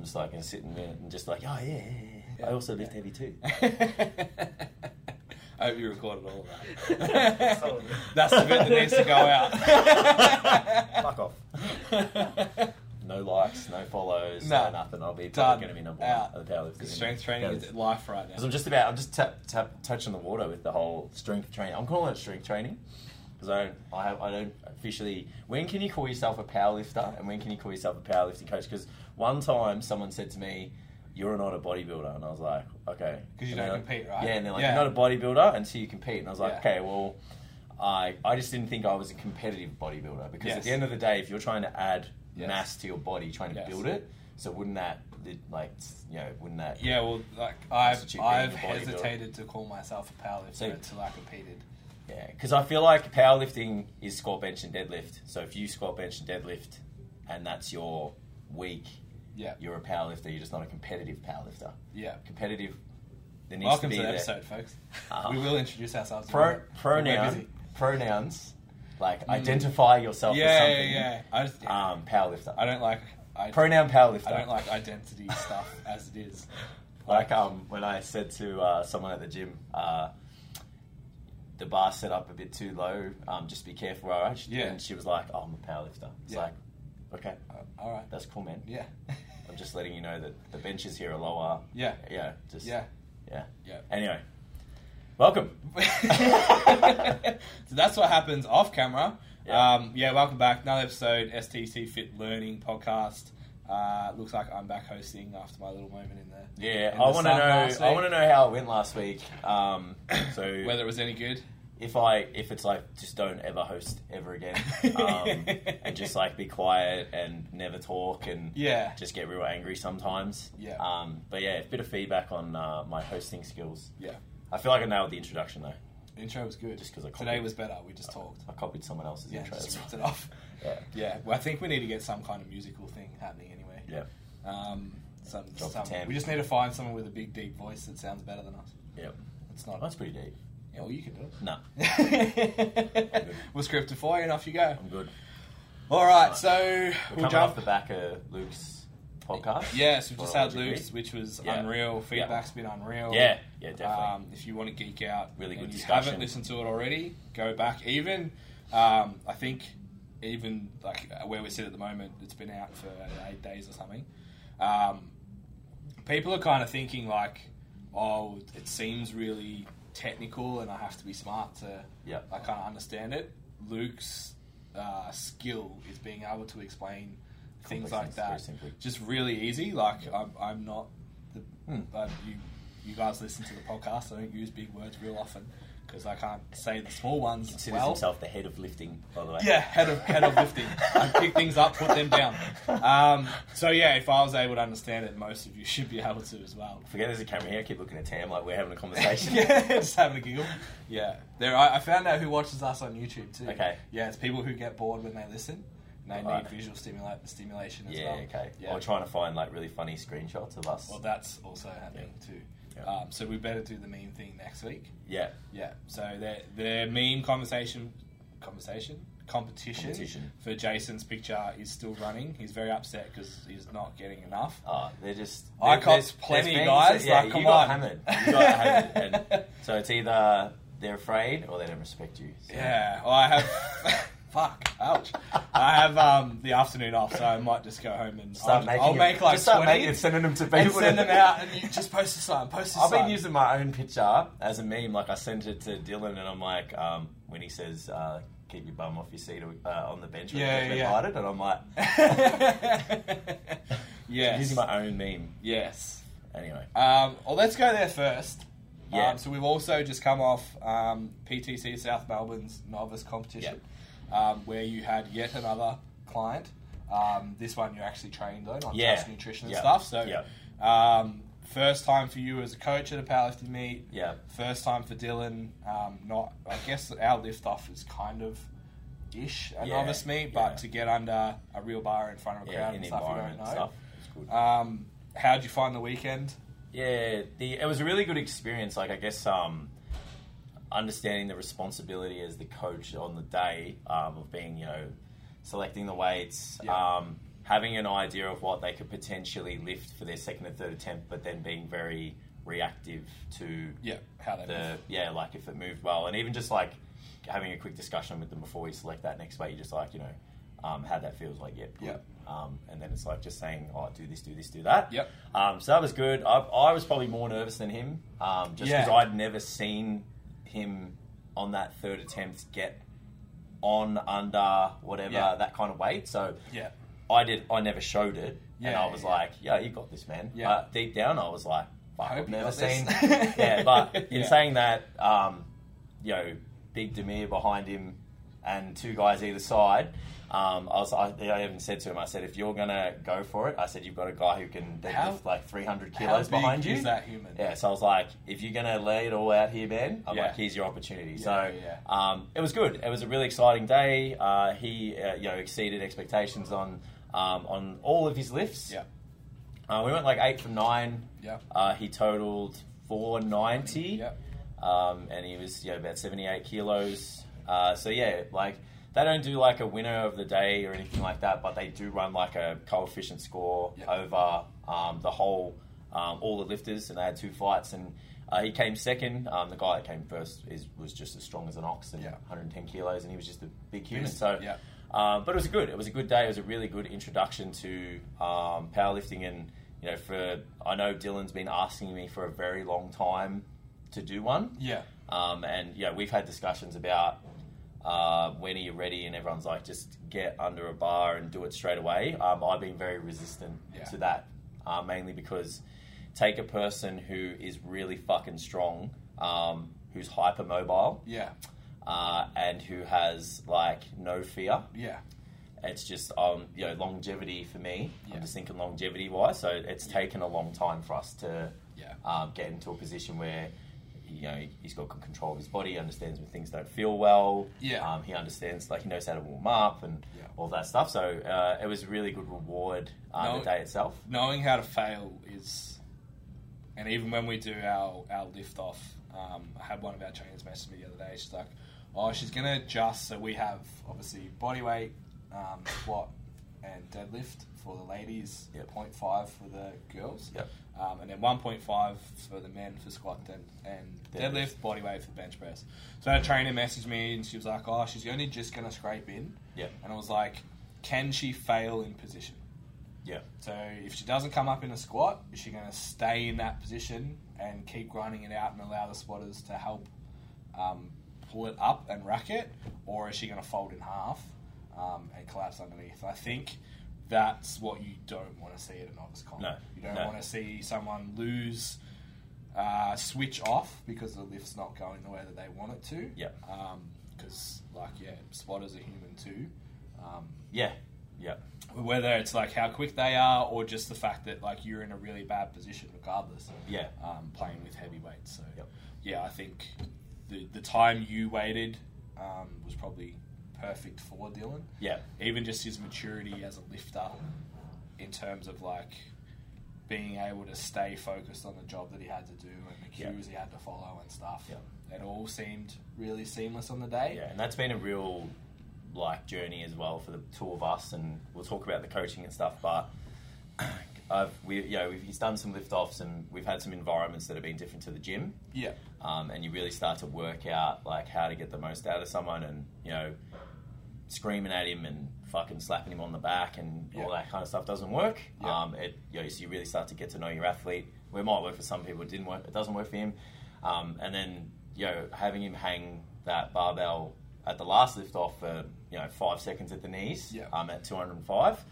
just like and sitting there and just like, oh yeah, yeah, yeah. Yeah, I also lift yeah. heavy too. I hope you recorded all of that. Solid. That's the bit that needs to go out. Fuck off. No likes, no follows, No. no, nothing. I'll be Done. probably going to be number Out. one at the powerlifting. Strength training is Powerlifting. life right Because I'm now. just about, I'm just tap, tap, touching the water with the whole strength training. I'm calling it strength training because I don't, I, have, I don't officially. When can you call yourself a powerlifter and when can you call yourself a powerlifting coach? Because one time someone said to me, "You're not a bodybuilder," and I was like, "Okay," 'Cause And you don't they're- compete, right? Yeah, and they're like, Yeah. "You're not a bodybuilder until you compete," and I was like, Yeah. "Okay, well." I, I just didn't think I was a competitive bodybuilder because at Yes. the end of the day, if you're trying to add Yes. mass to your body, trying to Yes. build it, so wouldn't that like you know wouldn't that Yeah, well, like I've Constitute being I've a bodybuilder. hesitated to call myself a powerlifter So- until I competed. Yeah, because I feel like powerlifting is squat, bench, and deadlift. So if you squat, bench, and deadlift, and that's your week, Yeah, you're a powerlifter. You're just not a competitive powerlifter. yeah. Competitive, there needs Welcome to to, be the there. episode, folks. Uh-huh. We will introduce ourselves. Pro- We're pronoun, busy. pronouns, like Mm. identify yourself as Yeah, yeah, something. yeah. I just, Um, powerlifter. I don't like. I, pronoun powerlifter. I don't like identity stuff as it is. Like um, when I said to uh, someone at the gym, uh, the bar set up a bit too low. Um, just be careful, alright? She- Yeah. And she was like, oh, "I'm a powerlifter." It's Yeah. like, okay, Uh, all right. that's cool, man. Yeah. I'm just letting you know that the benches here are lower. Yeah. Yeah. Just. Yeah. Yeah. Yeah. Anyway, welcome. so that's what happens off camera. Yeah. Um, yeah, welcome back. Another episode, STC Fit Learning Podcast. Uh, looks like I'm back hosting after my little moment in there. Yeah, In I the want to sun last know. I week. want to know how it went last week. Um, so Whether it was any good. if I if it's like just don't ever host ever again, um, and just like be quiet and never talk and Yeah. just get real angry sometimes. Yeah. Um, but yeah, a bit of feedback on uh, my hosting skills. Yeah. I feel like I nailed the introduction though, The intro was good. just because I copied, Today was better. We just talked. I copied someone else's Yeah, intro. just ripped it off. Yeah. Yeah. Well, I think we need to get some kind of musical thing happening anyway. Yeah. Um, some, Drop the some, tam. we just need to find someone with a big, deep voice that sounds better than us. Yeah. It's not. That's pretty deep. Yeah, well, you can do it. No, We'll script it for you, and off you go. I'm good. All right, so Um, We're we'll coming jump. off the back of Luke's podcast. Yes, we've just had Chronologically. Luke's, which was Yeah. unreal. Yeah. Feedback's been unreal. Yeah, yeah, definitely. Um, if you want to geek out, Really and good you discussion. haven't listened to it already, go back. Even um, I think even like uh, where we sit at the moment, it's been out for eight days or something. Um, people are kind of thinking like, oh, it seems really technical, and I have to be smart to Yeah. I kind of understand it. Luke's uh, skill is being able to explain things Complex like very that simply. just really easy. Like I'm, I'm not the Hmm. uh, you. You guys listen to the podcast. I don't use big words real often because I can't say the small ones Considers well. himself the head of lifting, by the way. Yeah, head of head of lifting. I pick things up, put them down. Um, so yeah, if I was able to understand it, most of you should be able to as well. Forget there's a camera here. I keep looking at Tam like we're having a conversation. yeah, just having a giggle. Yeah, there. I, I found out who watches us on YouTube too. Okay. Yeah, it's people who get bored when they listen. And they Right. need visual stimula- stimulation as Yeah, well. okay. Yeah. Or trying to find like really funny screenshots of us. Well, that's also happening too. Yeah. Um, so we better do the meme thing next week. yeah, Yeah. So their their meme conversation, conversation competition, Competition. for Jason's picture is still running. He's very upset because he's not getting enough. uh, they're just. I there- caught there's- plenty, there's guys, things that- Yeah, like, come you got on. hammered. You got hammered. And so it's either they're afraid or they don't respect you. So. Yeah. Well, I have. fuck. Ouch. I have um, the afternoon off, so I might just go home and Start I'll, making I'll it- make like just start twenty making it, sending them to people and send that- them out, and you just post a sign. Post a I've sign. been using my own picture as a meme. Like I sent it to Dylan, and I'm like, um, when he says, uh, "Keep your bum off your seat uh, on the bench," when Yeah, you get yeah. invited, and I'm like, yes. using my own meme. yes. Anyway, Um, well, let's go there first. Yeah. Um, so we've also just come off um, PTC South Melbourne's novice competition, um, where you had yet another client. Um, this one you're actually trained on, on Yeah. just nutrition and Yeah. stuff. So, Yeah. um, first time for you as a coach at a powerlifting meet. yeah, First time for Dylan. Um, not, I guess our lift off is kind of ish a Yeah. novice meet, but Yeah. to get under a real bar in front of a yeah, crowd in and the stuff you environment don't and know. stuff. It's good. Um, how'd you find the weekend? Yeah, the, it was a really good experience. Like I guess um, understanding the responsibility as the coach on the day um, of being, you know, selecting the weights, Yeah. um, having an idea of what they could potentially lift for their second and third attempt, but then being very reactive to Yeah, how they the move. yeah, like if it moved well, and even just like having a quick discussion with them before we select that next weight, you just like you know um, how that feels like. Yep. good. Yep. Um, and then it's like just saying, oh, do this, do this, do that. Yep. Um, so that was good. I, I was probably more nervous than him, um, just because Yeah. I'd never seen him on that third attempt get on under whatever Yeah. that kind of weight. So Yeah, I did. I never showed it, and Yeah, I was yeah. like, "Yeah, you got this, man." Yeah. But deep down, I was like, "Fuck, I hope I've you never got this. seen." yeah, but in Yeah. saying that, um, you know, big Demir behind him, and two guys either side. Um, I was. I, I even said to him, I said, "If you're gonna go for it, I said you've got a guy who can then How- lift like 300 how kilos big behind you." is that human? Yeah. So I was like, "If you're gonna lay it all out here, man, I'm Yeah. like, here's your opportunity." Yeah, so yeah. um, it was good. It was a really exciting day. Uh, he, uh, you know, exceeded expectations on um, on all of his lifts. yeah, Uh, we went like eight from nine. yeah, Uh, he totaled four ninety, yeah. um, and he was you know, about seventy eight kilos. Uh, so yeah, like they don't do like a winner of the day or anything like that, but they do run like a coefficient score Yeah. over um, the whole um, all the lifters, and they had two fights and. Uh, he came second. Um, the guy that came first is, was just as strong as an ox and Yeah. 110 kilos, and he was just a big human. Beast, So, yeah. um, but it was good. It was a good day. It was a really good introduction to um, powerlifting, and you know, for I know Dylan's been asking me for a very long time to do one, Yeah, um, and you know, we've had discussions about uh, when are you ready, and everyone's like, just get under a bar and do it straight away. Um, I've been very resistant Yeah. to that, uh, mainly because take a person who is really fucking strong, um, who's hypermobile, yeah, uh, and who has like no fear. yeah, It's just um, you know longevity for me. Yeah. I'm just thinking longevity wise. So it's taken a long time for us to yeah, um, get into a position where you know he's got good control of his body, he understands when things don't feel well. Yeah. um, he understands like he knows how to warm up and Yeah. all that stuff. So uh, it was a really good reward uh, No. the day itself. knowing how to fail is, and even when we do our our lift off, um, I had one of our trainers message me the other day. She's like, "Oh, she's gonna adjust so we have obviously body weight, um, squat, and deadlift for the ladies, Yep. 0.5 for the girls, Yep. um, and then 1.5 for the men for squat and, and Deadlift. deadlift, body weight for bench press." So our trainer messaged me and she was like, "Oh, she's only just gonna scrape in," Yeah, and I was like, "Can she fail in position?" yeah, So if she doesn't come up in a squat, is she going to stay in that position and keep grinding it out and allow the squatters to help um, pull it up and rack it, or is she going to fold in half um, and collapse underneath? I think that's what you don't want to see at a novice comp. No, you don't no. want to see someone lose. Uh, switch off because the lift's not going the way that they want it to. Yeah. Because, like, yeah, squatters are human too. Um, yeah, yeah, whether it's like how quick they are or just the fact that like you're in a really bad position regardless yeah, um, playing with heavy weights so Yep. yeah i think the, the time you waited um, was probably perfect for dylan yeah, even just his maturity as a lifter in terms of like being able to stay focused on the job that he had to do and the Yep. cues he had to follow and stuff Yep. it all seemed really seamless on the day yeah. And that's been a real like journey as well for the two of us, and we'll talk about the coaching and stuff, but. I've, we, you know, we've, he's done some lift offs and we've had some environments that have been different to the gym. yeah um, and you really start to work out like how to get the most out of someone and you know screaming at him and fucking slapping him on the back and all Yeah. that kind of stuff doesn't work Yeah. um, it you know so you really start to get to know your athlete well, it might work for some people it didn't work it doesn't work for him um, and then you know having him hang that barbell at the last lift off for you know five seconds at the knees Yeah. um, at 205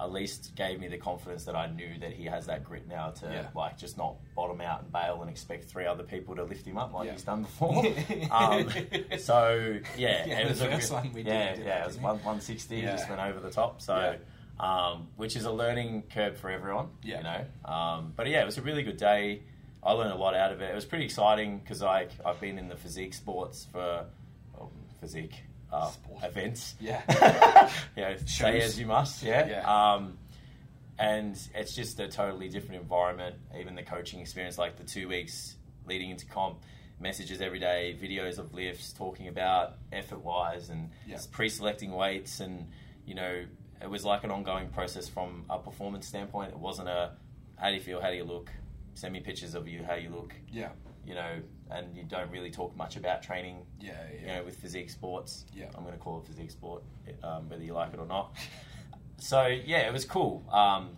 at least gave me the confidence that I knew that he has that grit now to Yeah. like just not bottom out and bail and expect three other people to lift him up like Yeah. he's done before. um, so yeah, Yeah, it was the a first real- one we did, yeah, we did yeah, that, it was didn't one one sixty Yeah. just went over the top. So, um, which is a learning curve for everyone. Yeah. you know. Um, but yeah, it was a really good day. I learned a lot out of it. It was pretty exciting because I I've been in the physique sports for well, physique uh, Sport. events yeah you know, say Shows. as you must, yeah. Yeah. Um, and it's just a totally different environment. Even the coaching experience, like the two weeks leading into comp, messages every day, videos of lifts, talking about effort wise and Yeah. pre selecting weights and, you know, it was like an ongoing process from a performance standpoint. It wasn't a how do you feel, how do you look, send me pictures of you, how you look, Yeah. you know, and you don't really talk much about training, Yeah. you Yeah. know, with physique sports. Yeah. I'm going to call it physique sport, um, whether you like it or not. So yeah, it was cool. Um,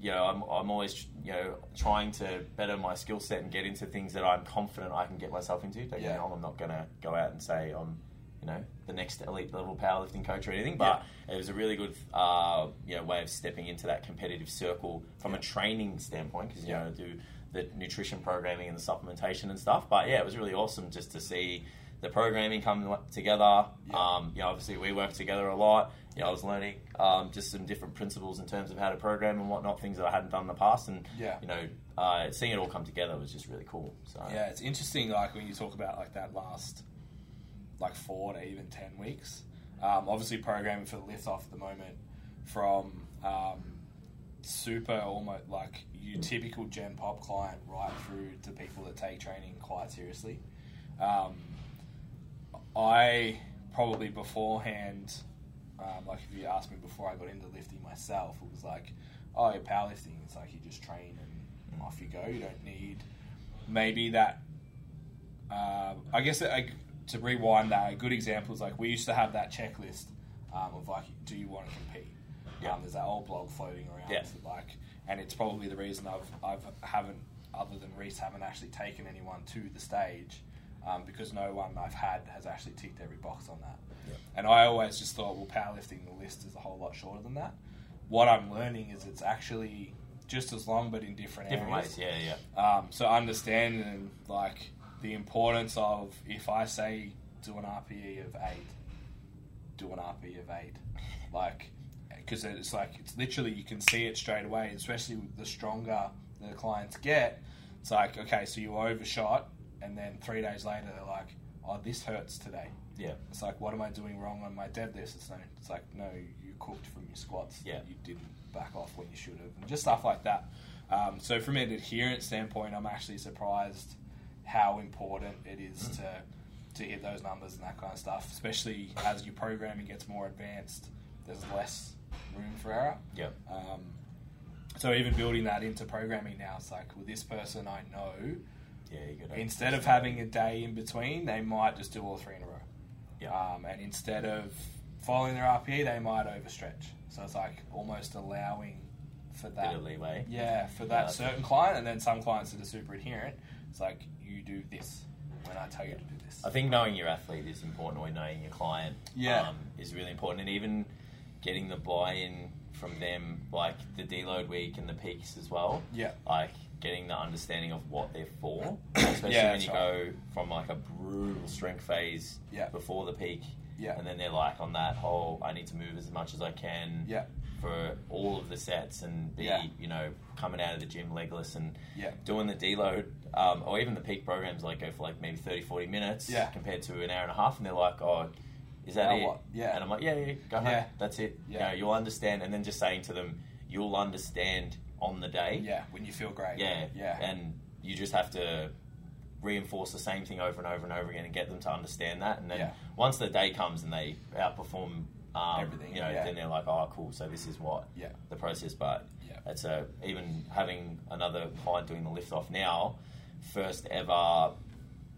you know, I'm, I'm always you know trying to better my skill set and get into things that I'm confident I can get myself into. Don't get me Yeah. wrong, I'm not gonna go out and say I'm you know the next elite level powerlifting coach or anything, but it was a really good uh, you know way of stepping into that competitive circle from Yeah. a training standpoint because you Yeah. know do the nutrition programming and the supplementation and stuff. But yeah, it was really awesome just to see the programming come together. Yeah. Um, you know, obviously we work together a lot. You know, I was learning um, just some different principles in terms of how to program and whatnot, things that I hadn't done in the past, and Yeah. you know, uh, seeing it all come together was just really cool. So Yeah, it's interesting. Like when you talk about like that last, like four to even ten weeks. Um, obviously, programming for the lift off at the moment from um, super almost like your typical gen pop client right through to people that take training quite seriously. Um, I probably beforehand, um, like if you asked me before I got into lifting myself, it was like, oh, you're powerlifting. It's like you just train Mm. and off you go. You don't need maybe that. Um, I guess that, like, to rewind that, a good example is like we used to have that checklist um, of like, do you want to compete? Yeah. Um, there's that old blog floating around, Yeah. like, and it's probably the reason I've I've haven't other than Reese haven't actually taken anyone to the stage um, because no one I've had has actually ticked every box on that. Yeah. And I always just thought, well, powerlifting the list is a whole lot shorter than that. What I'm learning is it's actually just as long, but in different, different ways. areas. Yeah, yeah, Um, so understanding like the importance of if I say do an RPE of eight, do an RPE of eight, like because it's like it's literally you can see it straight away. Especially with the stronger the clients get, it's like okay, so you overshot, and then three days later they're like, oh, this hurts today. yeah, It's like, what am I doing wrong on my deadlift? It's no, it's like, no, you cooked from your squats. Yeah. You didn't back off when you should have, and just stuff like that. Um, so from an adherence standpoint, I'm actually surprised how important it is Mm. to to hit those numbers and that kind of stuff. Especially as your programming gets more advanced, there's less room for error. yeah, Um, so even building that into programming now, it's like, well, this person I know yeah. You got to- instead of having a day in between, they might just do all three in a row. Yeah. Um, and instead of following their RPE, they might overstretch. So it's like almost allowing for bit that. of leeway. Yeah, for Yeah. that certain client, and then some clients that are super adherent. It's like you do this when I tell you to do this. I think knowing your athlete is important, or knowing your client Yeah. um, is really important, and even getting the buy-in from them, like the deload week and the peaks as well. Yeah. like getting the understanding of what they're for, especially Yeah, when you that's go from like a brutal strength phase Yeah. before the peak, Yeah. and then they're like on that whole I need to move as much as I can Yeah. for all of the sets and be Yeah. you know coming out of the gym legless and Yeah. doing the deload um, or even the peak programs like go for like maybe 30 40 minutes Yeah. compared to an hour and a half and they're like oh is that Now it what? Yeah. and I'm like yeah yeah go home Yeah. that's it Yeah. you know, you'll understand and then just saying to them you'll understand on the day Yeah, when you feel great. yeah, Yeah. And you just have to reinforce the same thing over and over and over again and get them to understand that. And then Yeah. once the day comes and they outperform um, Everything, you know, yeah. then they're like, "Oh, cool! So this is what Yeah. the process." But Yeah. it's a even having another client doing the lift off now, first ever.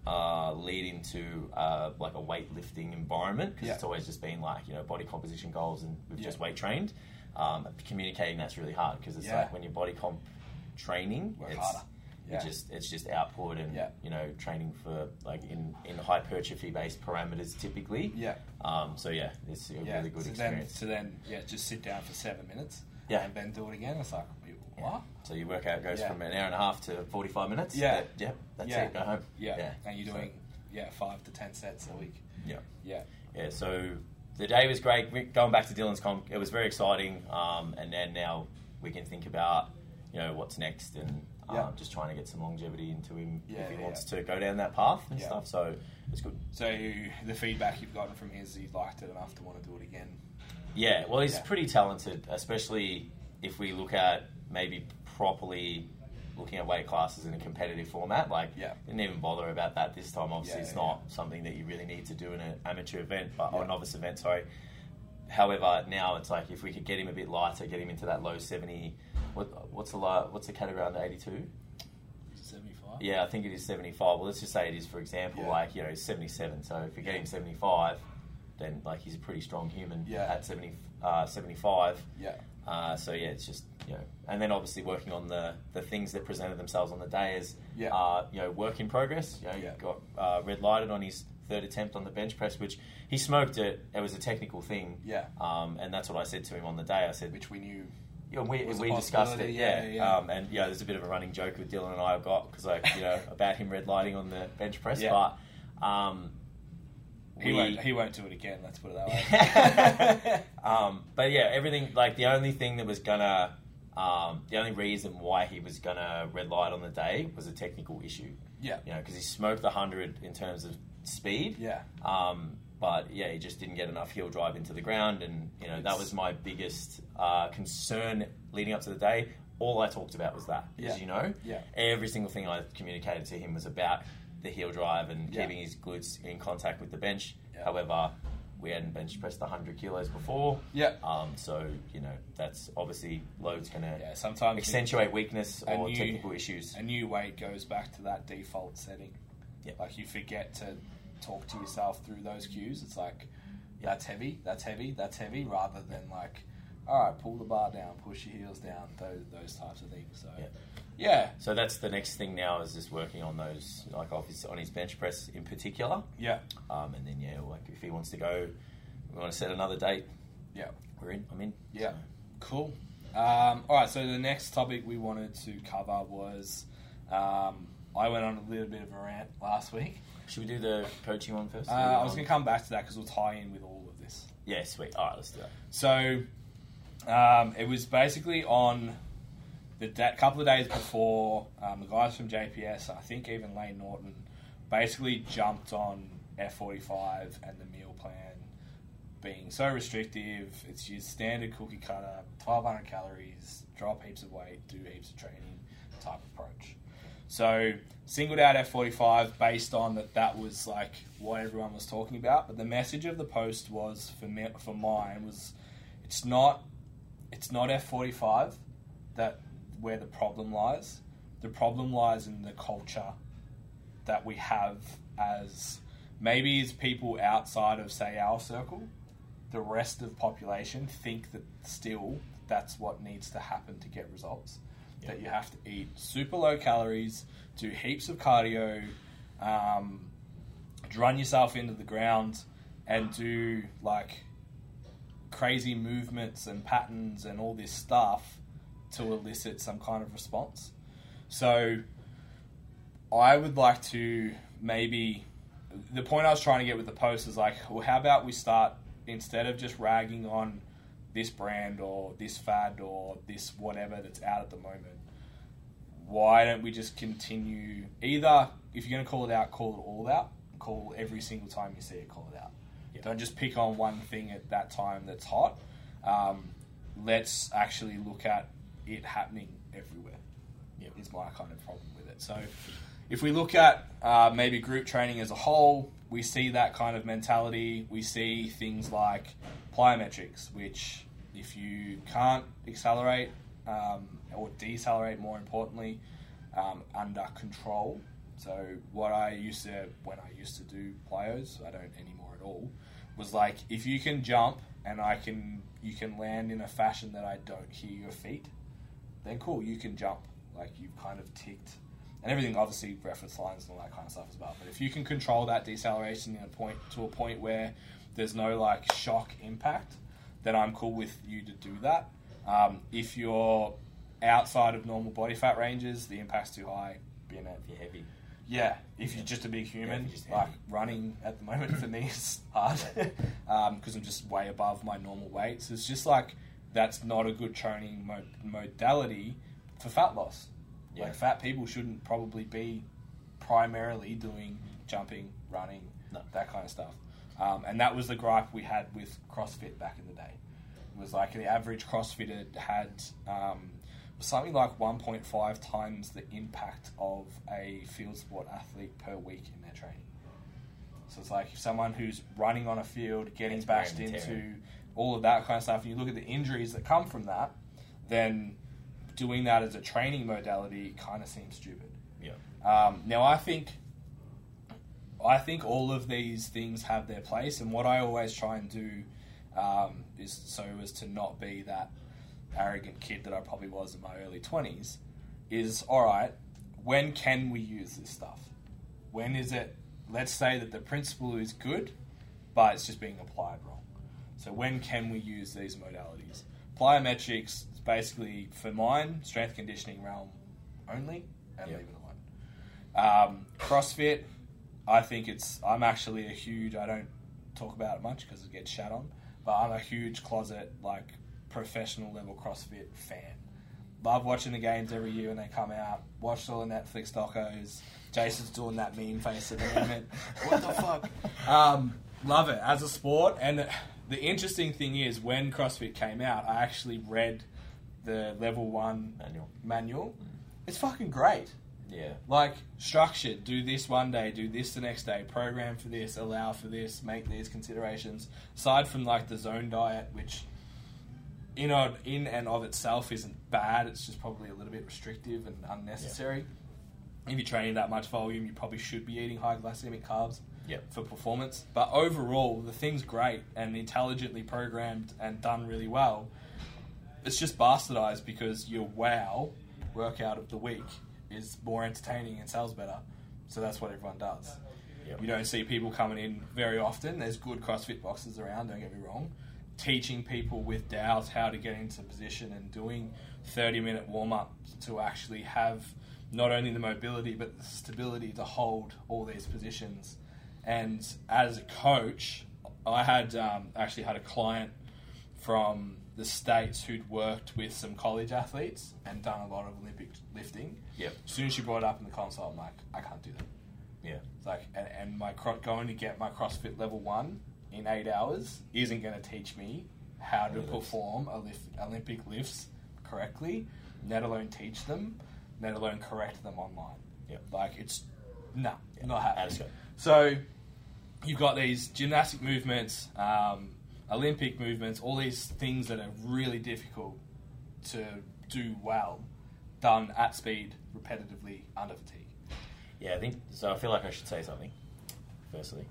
Uh, lead into uh, like a weightlifting environment because Yeah. it's always just been like you know body composition goals and we've Yeah. just weight trained. Um, communicating that's really hard because it's Yeah. like when your body comp training, Work it's harder. Yeah. it just it's just output and Yeah. you know training for like in in hypertrophy based parameters typically. Yeah. Um. So yeah, it's a yeah. really good so experience. Then, so then, yeah, just sit down for seven minutes. Yeah. And then do it again. It's like, what? so your workout goes Yeah. from an hour and a half to forty five minutes. Yeah. That- yep. That's Yeah. it. Go home. Yeah. And you're So, doing yeah five to ten sets a week. yeah. Yeah. Yeah. So the day was great. We- Going back to Dylan's comp, it was very exciting. Um. And then now we can think about you know what's next and. Um, Yeah. Just trying to get some longevity into him Yeah, if he yeah, wants yeah. to go down that path and Yeah. stuff. So it's good. So you, the feedback you've gotten from him is he liked it enough to want to do it again. Yeah, well, he's Yeah. pretty talented, especially if we look at maybe properly looking at weight classes in a competitive format. Like, Yeah. didn't even bother about that this time. Obviously, Yeah, it's yeah, not something that you really need to do in an amateur event, but or Yeah. novice event. Sorry. However, now it's like if we could get him a bit lighter, get him into that low seventy. What, what's the li- what's the category under eighty two? Seventy five. Yeah, I think it is seventy five. Well, let's just say it is, for example, Yeah. like you know seventy seven. So if you get him seventy five, then like he's a pretty strong human Yeah. at 70, uh, 75. Yeah. Uh, so yeah, it's just you know, and then obviously working on the the things that presented themselves on the day as Yeah. uh, you know work in progress. You know, Yeah. he got uh, red lighted on his third attempt on the bench press, which he smoked it. It was a technical thing. Yeah. Um, and that's what I said to him on the day. I said, Which we knew. yeah, we, was a we discussed it, possibility, yeah. yeah, yeah. Um, and yeah, there's a bit of a running joke with Dylan and I have got because like you know about him red lighting on the bench press, Yeah. but um, He we- won't. He won't do it again. Let's put it that way. um, but yeah, everything like the only thing that was gonna um, the only reason why he was gonna red light on the day was a technical issue. yeah. You know, because he smoked the hundred in terms of speed. Yeah. Um, but yeah, he just didn't get enough heel drive into the ground, and you know that It's- was my biggest uh, concern leading up to the day. All I talked about was that, Yeah. as you know, Yeah. every single thing I communicated to him was about the heel drive and Yeah. keeping his glutes in contact with the bench. Yeah. However, we hadn't bench pressed 100 kilos before, Yeah. um, so you know that's obviously loads going to Yeah. Sometimes accentuate weakness And or you- technical issues. a new weight goes back to that default setting. Yep. Like you forget to talk to yourself through those cues. It's like Yep. that's heavy, that's heavy, that's heavy, rather than like, all right, pull the bar down, push your heels down, those those types of things. So Yep. yeah, So that's the next thing now is just working on those, like off his, on his bench press in particular. yeah, Um, and then yeah, like if he wants to go, we want to set another date. yeah, We're in. I'm in. yeah. Cool. Um, all right. So the next topic we wanted to cover was um, I went on a little bit of a rant last week. Should we do the coaching one first? Uh, I was going to come back to that because we'll tie in with all of this. Yeah, sweet. All right, let's do that. So um, it was basically on the da- couple of days before um, the guys from JPS, I think even Lane Norton, basically jumped on F45 and the meal plan being so restrictive. It's your standard cookie cutter, 1200 calories, drop heaps of weight, do heaps of training type approach. So singled out F45 based on that that was like what everyone was talking about. But the message of the post was for me, for mine was it's not it's not F45 that where the problem lies. The problem lies in the culture that we have as maybe as people outside of say our circle, the rest of population think that still that's what needs to happen to get results. That you have to eat super low calories, do heaps of cardio, um, run yourself into the ground, and do like crazy movements and patterns and all this stuff to elicit some kind of response. So I would like to maybe the point I was trying to get with the post is like, well, how about we start instead of just ragging on this brand or this fad or this whatever that's out at the moment? Why don't we just continue either if you're going to call it out, call it all out, call every single time you see it, call it out. Don't just pick on one thing at that time that's hot. Um, let's actually look at it happening everywhere Yep. is my kind of problem with it. So, if we look at uh, maybe group training as a whole, we see that kind of mentality. We see things like plyometrics, which if you can't accelerate um, or decelerate, more importantly, um, under control. So, what I used to when I used to do plyos, I don't anymore at all. Was like if you can jump and I can, you can land in a fashion that I don't hear your feet then cool, you can jump. Like you've kind of ticked, and everything obviously reference lines and all that kind of stuff as well. But if you can control that deceleration in a point to a point where there's no like shock impact, then I'm cool with you to do that. Um, if you're outside of normal body fat ranges, the impact's too high. Being it, If you're heavy, yeah, if you're just a big human, Yeah, if you're just like heavy. running at the moment for me is hard because I'm just way above my normal weight. So it's just like that's not a good training mo- modality for fat loss. Yeah. Like fat people shouldn't probably be primarily doing jumping, running, No. that kind of stuff. Um, and that was the gripe we had with CrossFit back in the day. It was like the average CrossFitter had um, something like 1.5 times the impact of a field sport athlete per week in their training. So it's like if someone who's running on a field, getting It's bashed wearing and into, tearing. all of that kind of stuff, and you look at the injuries that come from that, then doing that as a training modality kind of seems stupid. Yeah. Um, now I think I think all of these things have their place, and what I always try and do um, is so as to not be that arrogant kid that I probably was in my early twenties. Is all right. When can we use this stuff? When is it? Let's say that the principle is good, but it's just being applied wrong. So when can we use these modalities? Plyometrics is basically for mine strength conditioning realm only, and Yeah. leave it alone. Um, CrossFit, I think it's. I'm actually a huge. I don't talk about it much because it gets shat on, but I'm a huge closet like professional level CrossFit fan. Love watching the games every year when they come out. Watched all the Netflix docos. Jason's doing that meme face at the moment. what the fuck? Um, love it as a sport. And the- the interesting thing is, when CrossFit came out, I actually read the level one Manual. Mm. manual. It's fucking great Yeah. like structured do this one day do this the next day program for this allow for this make these considerations aside from like the zone diet which in, of- in and of itself isn't bad it's just probably a little bit restrictive and unnecessary if you're training that much volume you probably should be eating high glycemic carbs Yep. for performance but overall the thing's great and intelligently programmed and done really well it's just bastardized because your wow workout of the week is more entertaining and sells better. So that's what everyone does. Yep. You don't see people coming in very often. There's good CrossFit boxes around, don't get me wrong. Teaching people with DAOs how to get into position and doing 30 minute warm up to actually have not only the mobility but the stability to hold all these positions. And as a coach, I had um, actually had a client from the states who'd worked with some college athletes and done a lot of Olympic lifting. Yep. As soon as she brought it up in the console, I'm like, I can't do that. Yeah. It's like, and, and my cro- going to get my CrossFit level one in eight hours isn't going to teach me how to Yeah, that's- perform a lift, Olympic lifts correctly, let alone teach them, let alone correct them online. Yep. Like it's no, Yeah, not happening. absolutely. So you've got these gymnastic movements, um, Olympic movements, all these things that are really difficult to do well, done at speed, repetitively, under fatigue. Yeah, I think so. I feel like I should say something. Firstly,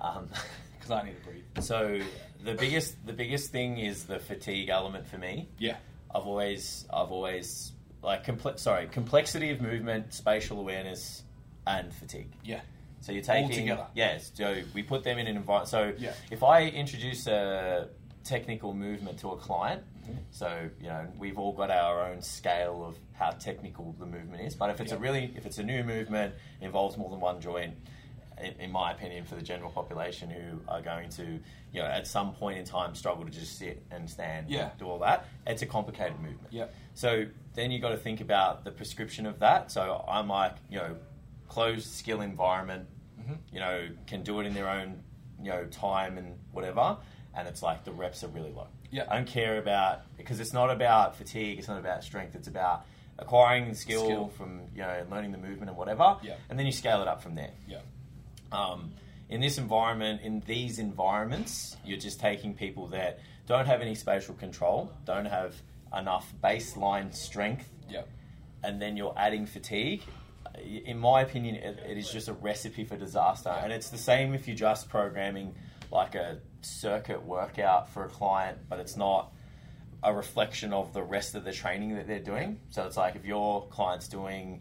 um, Because I need to breathe. so the biggest the biggest thing is the fatigue element for me. Yeah. I've always I've always like complex sorry complexity of movement, spatial awareness, and fatigue. Yeah. So you're All taking together. Yes, so we put them in an environment. So Yeah. if I introduce a technical movement to a client, Mm-hmm. so you know we've all got our own scale of how technical the movement is. But if it's a Yeah. really if it's a new movement, it involves more than one joint. In, in my opinion, for the general population who are going to, you know, at some point in time struggle to just sit and stand, Yeah. do all that, it's a complicated movement. Yeah. So then you got to think about the prescription of that. So I'm like, you know, closed skill environment, Mhm. you know, can do it in their own, you know, time and whatever. And it's like the reps are really low. Yeah. I don't care about because it's not about fatigue. It's not about strength. It's about acquiring the skill, Skill. from you know learning the movement and whatever. Yeah. And then you scale it up from there. Yeah. Um, in this environment, in these environments, you're just taking people that don't have any spatial control, don't have enough baseline strength, Yeah. and then you're adding fatigue. In my opinion, it, it is just a recipe for disaster. Yeah. And it's the same if you're just programming like a circuit workout for a client, but it's not a reflection of the rest of the training that they're doing. So it's like if your client's doing,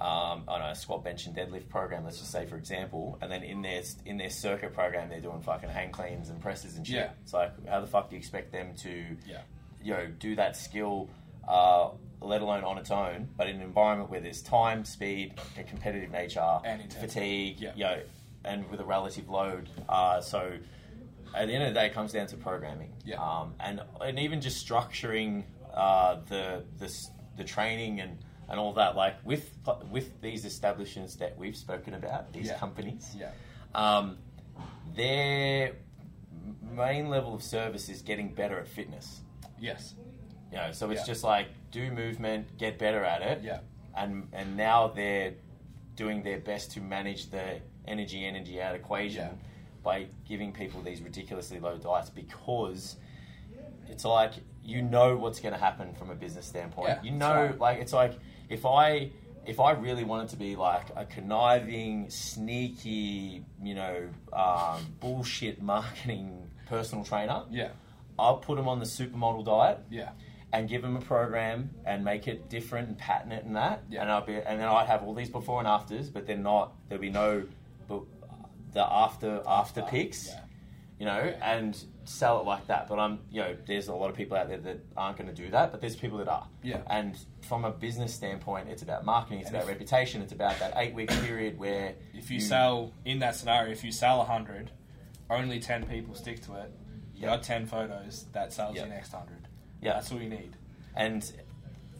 um, I don't know, a squat, bench, and deadlift program, let's just say for example, and then in their in their circuit program they're doing fucking hang cleans and presses and shit. Yeah. It's like how the fuck do you expect them to Yeah. you know do that skill, uh, let alone on its own, but in an environment where there's time, speed, and competitive nature, And intensity. fatigue, Yeah. you know, and with a relative load. Uh, so at the end of the day, it comes down to programming, Yeah. um, and and even just structuring uh, the the s- the training and. And all that, like with with these establishments that we've spoken about, these Yeah. companies, Yeah. um, their main level of service is getting better at fitness. Yes. You know, so it's Yeah. just like do movement, get better at it, Yeah. and and now they're doing their best to manage the energy energy out equation Yeah. by giving people these ridiculously low diets because it's like you know what's going to happen from a business standpoint. Yeah, you that's know, right. like it's like if I if I really wanted to be like a conniving, sneaky, you know, um, bullshit marketing personal trainer, Yeah, I'll put them on the supermodel diet yeah, and give them a program and make it different and pattern it and that. Yeah. And I'll be, and then I'd have all these before and afters, but they're not. There'll be no, but the after after pics, Uh, Yeah. you know, Yeah. and sell it like that. But I'm, you know, there's a lot of people out there that aren't going to do that, but there's people that are. Yeah. And from a business standpoint, it's about marketing, it's And about if- reputation, it's about that eight week period where If you, sell in that scenario, if you sell hundred, only ten people stick to it. You Yeah. got ten photos that sells Yeah. your next hundred. Yeah. that's all you need. and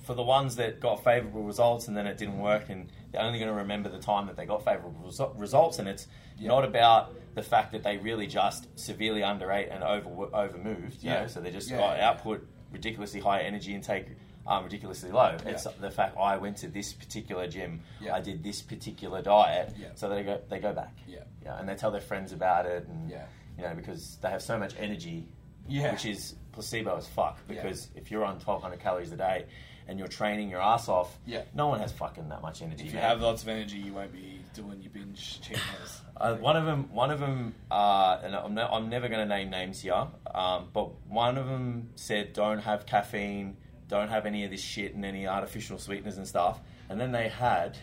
for the ones that got favourable results and then it didn't work, and they're only going to remember the time that they got favourable resu- results, and it's Yeah. not about the fact that they really just severely underate and over overmoved. You Yeah. know, so they just Yeah, got yeah, yeah. output ridiculously high, energy intake um, ridiculously low. It's Yeah. the fact I went to this particular gym, Yeah. I did this particular diet, Yeah. so they go they go back. Yeah. yeah, and they tell their friends about it, and Yeah. you know because they have so much energy Yeah. which is placebo as fuck Yeah. because if you're on 1200 calories a day and you're training your ass off Yeah. no one has fucking that much energy If you man. have lots of energy, you won't be doing your binge cheat meals. uh, one of them one of them uh, and I'm, no, I'm never going to name names here um, but one of them said don't have caffeine don't have any of this shit and any artificial sweeteners and stuff and then they had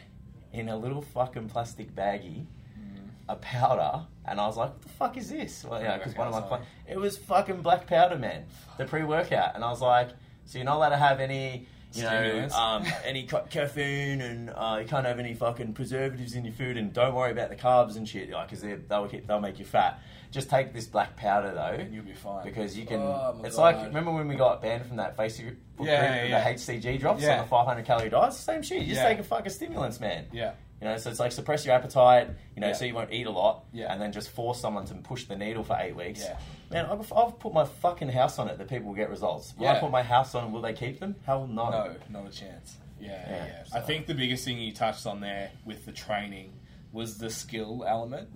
in a little fucking plastic baggie Mm. a powder, and I was like, "What the fuck is this?" Well, yeah, because one of my Pre-workout, cli- it was fucking black powder, man, the pre-workout, and I was like, "So you're not allowed to have any, you know, Stimulants. um, any ca- caffeine, and uh, you can't have any fucking preservatives in your food, and don't worry about the carbs and shit, because they'll keep, they'll make you fat. Just take this black powder though." and you'll be fine Because you can, Oh, my it's God. like remember when we got banned from that Facebook group Yeah, with yeah. the HCG drops Yeah. on the 500 calorie diets. Same shit. You just Yeah. take a fucking stimulants, man. yeah, You know, so it's like suppress your appetite, you know, Yeah. so you won't eat a lot, Yeah. and then just force someone to push the needle for eight weeks. Yeah. Man, I've, I've put my fucking house on it that people will get results. Will I Yeah. put my house on, will they keep them? Hell no. no, not a chance. Yeah, yeah. Yeah, I so- think the biggest thing you touched on there with the training was the skill element.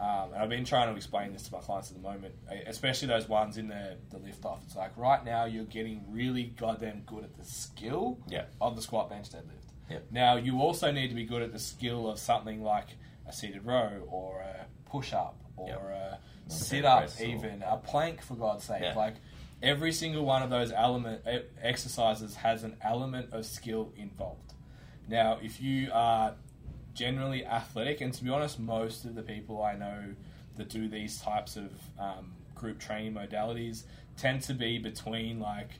Um, and I've been trying to explain this to my clients at the moment, e, especially those ones in the, the lift off. It's like right now you're getting really goddamn good at the skill Yeah. of the squat, bench, deadlift. Yep. Now you also need to be good at the skill of something like a seated row or a push up or Yep. a Okay, sit up, press or- even a plank for God's sake. Yeah. Like every single one of those element e- exercises has an element of skill involved. Now, if you are generally athletic, and to be honest, most of the people I know that do these types of um, group training modalities tend to be between like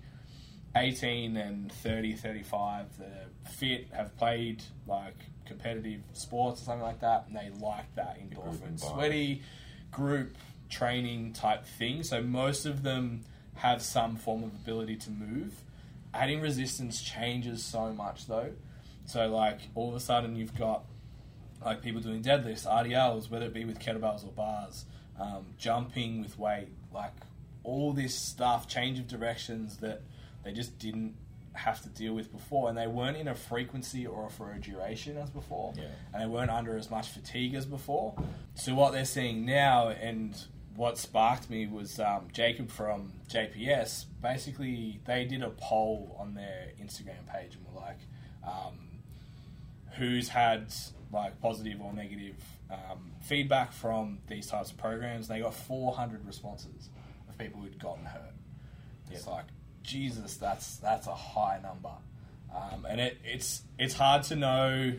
18 and 30, 35 that are fit, have played like competitive sports or something like that, and they like that endorphin, environment. sweaty group training type thing. So most of them have some form of ability to move. Adding resistance changes so much though. So like all of a sudden you've got like people doing deadlifts, RDLs, whether it be with kettlebells or bars, um, jumping with weight, like all this stuff, change of directions that they just didn't have to deal with before, and they weren't in a frequency or for a duration as before, Yeah. and they weren't under as much fatigue as before. So what they're seeing now, and what sparked me was um, Jacob from JPS. Basically, they did a poll on their Instagram page and were like. Um, who's had like positive or negative um, feedback from these types of programs. They got 400 responses of people who'd gotten hurt. It's like Jesus, that's that's a high number, um, and it, it's it's hard to know.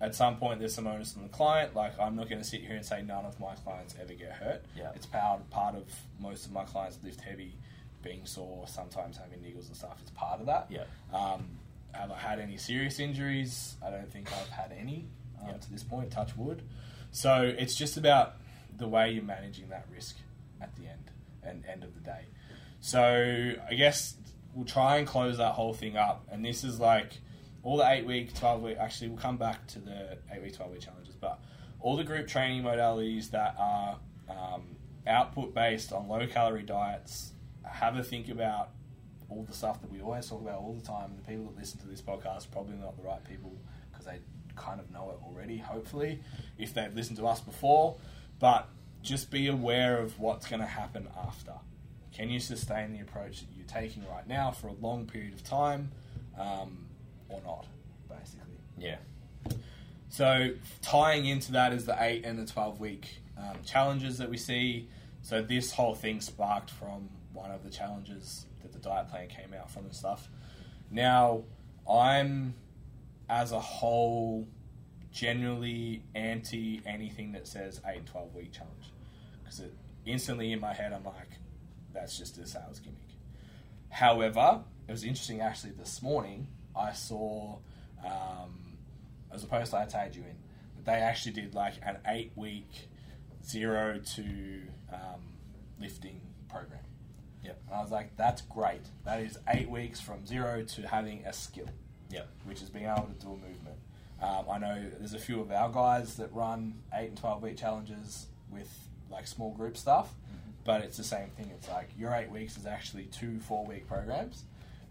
At some point, there's some onus on the client. Like I'm not going to sit here and say none of my clients ever get hurt. Yeah. It's part part of most of my clients lift heavy, being sore, sometimes having niggles and stuff. It's part of that. Yeah. Um, have I had any serious injuries? I don't think I've had any um, Yeah. to this point. Touch wood. So it's just about the way you're managing that risk at the end and end of the day. So I guess we'll try and close that whole thing up. And this is like all the eight week, twelve week. Actually, we'll come back to the eight week, twelve week challenges, but all the group training modalities that are um, output based on low calorie diets. Have a think about all the stuff that we always talk about all the time. The people that listen to this podcast are probably not the right people because they kind of know it already, hopefully, if they've listened to us before. But just be aware of what's going to happen after. Can you sustain the approach that you're taking right now for a long period of time, um, or not? Basically. Yeah. So tying into that is the eight and the twelve week um, challenges that we see. So this whole thing sparked from one of the challenges that the diet plan came out from and stuff. Now I'm, as a whole, generally anti anything that says eight and twelve week challenge because it instantly in my head I'm like, that's just a sales gimmick. However, it was interesting actually this morning I saw. Um, as a post I tagged you in. They actually did like an eight week zero to um, lifting program. Yep. And I was like, that's great. That is eight weeks from zero to having a skill, Yep. which is being able to do a movement. Um, I know there's a few of our guys that run eight and 12 week challenges with like small group stuff, but it's the same thing. It's like your eight weeks is actually two four week programs.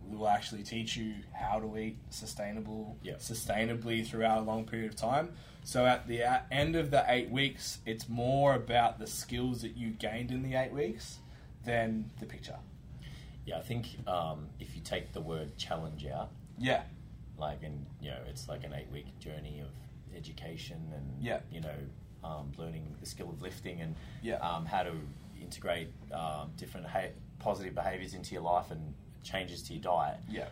We will actually teach you how to eat sustainable, Yep. sustainably throughout a long period of time. So at the uh, end of the eight weeks, it's more about the skills that you gained in the eight weeks than the picture. Yeah, I think um, if you take the word challenge out, Yeah, like and you know it's like an eight week journey of education and Yeah. you know um, learning the skill of lifting and Yeah. um, how to integrate um, different ha- positive behaviors into your life and changes to your diet yeah,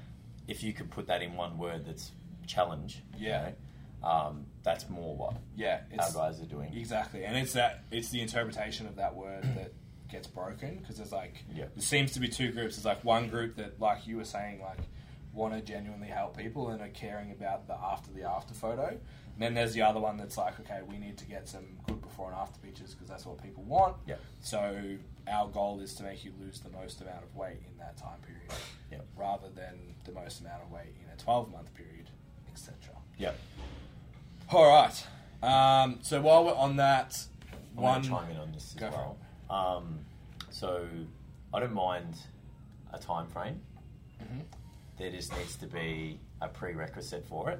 if you could put that in one word that's challenge you Yeah. know, um, that's more what yeah. our guys are doing Exactly, and it's that it's the interpretation of that word that gets broken because there's like Yeah. there seems to be two groups. There's like one group that, like you were saying, like want to genuinely help people and are caring about the after the after photo, and then there's the other one that's like, okay, we need to get some good before and after pictures because that's what people want. Yeah. So our goal is to make you lose the most amount of weight in that time period, Yeah. rather than the most amount of weight in a 12 month period, etc. yeah All right. Um, so while we're on that, I'm one to chime in on this as Go for well um, so I don't mind a time frame Mhm. there just needs to be a prerequisite for it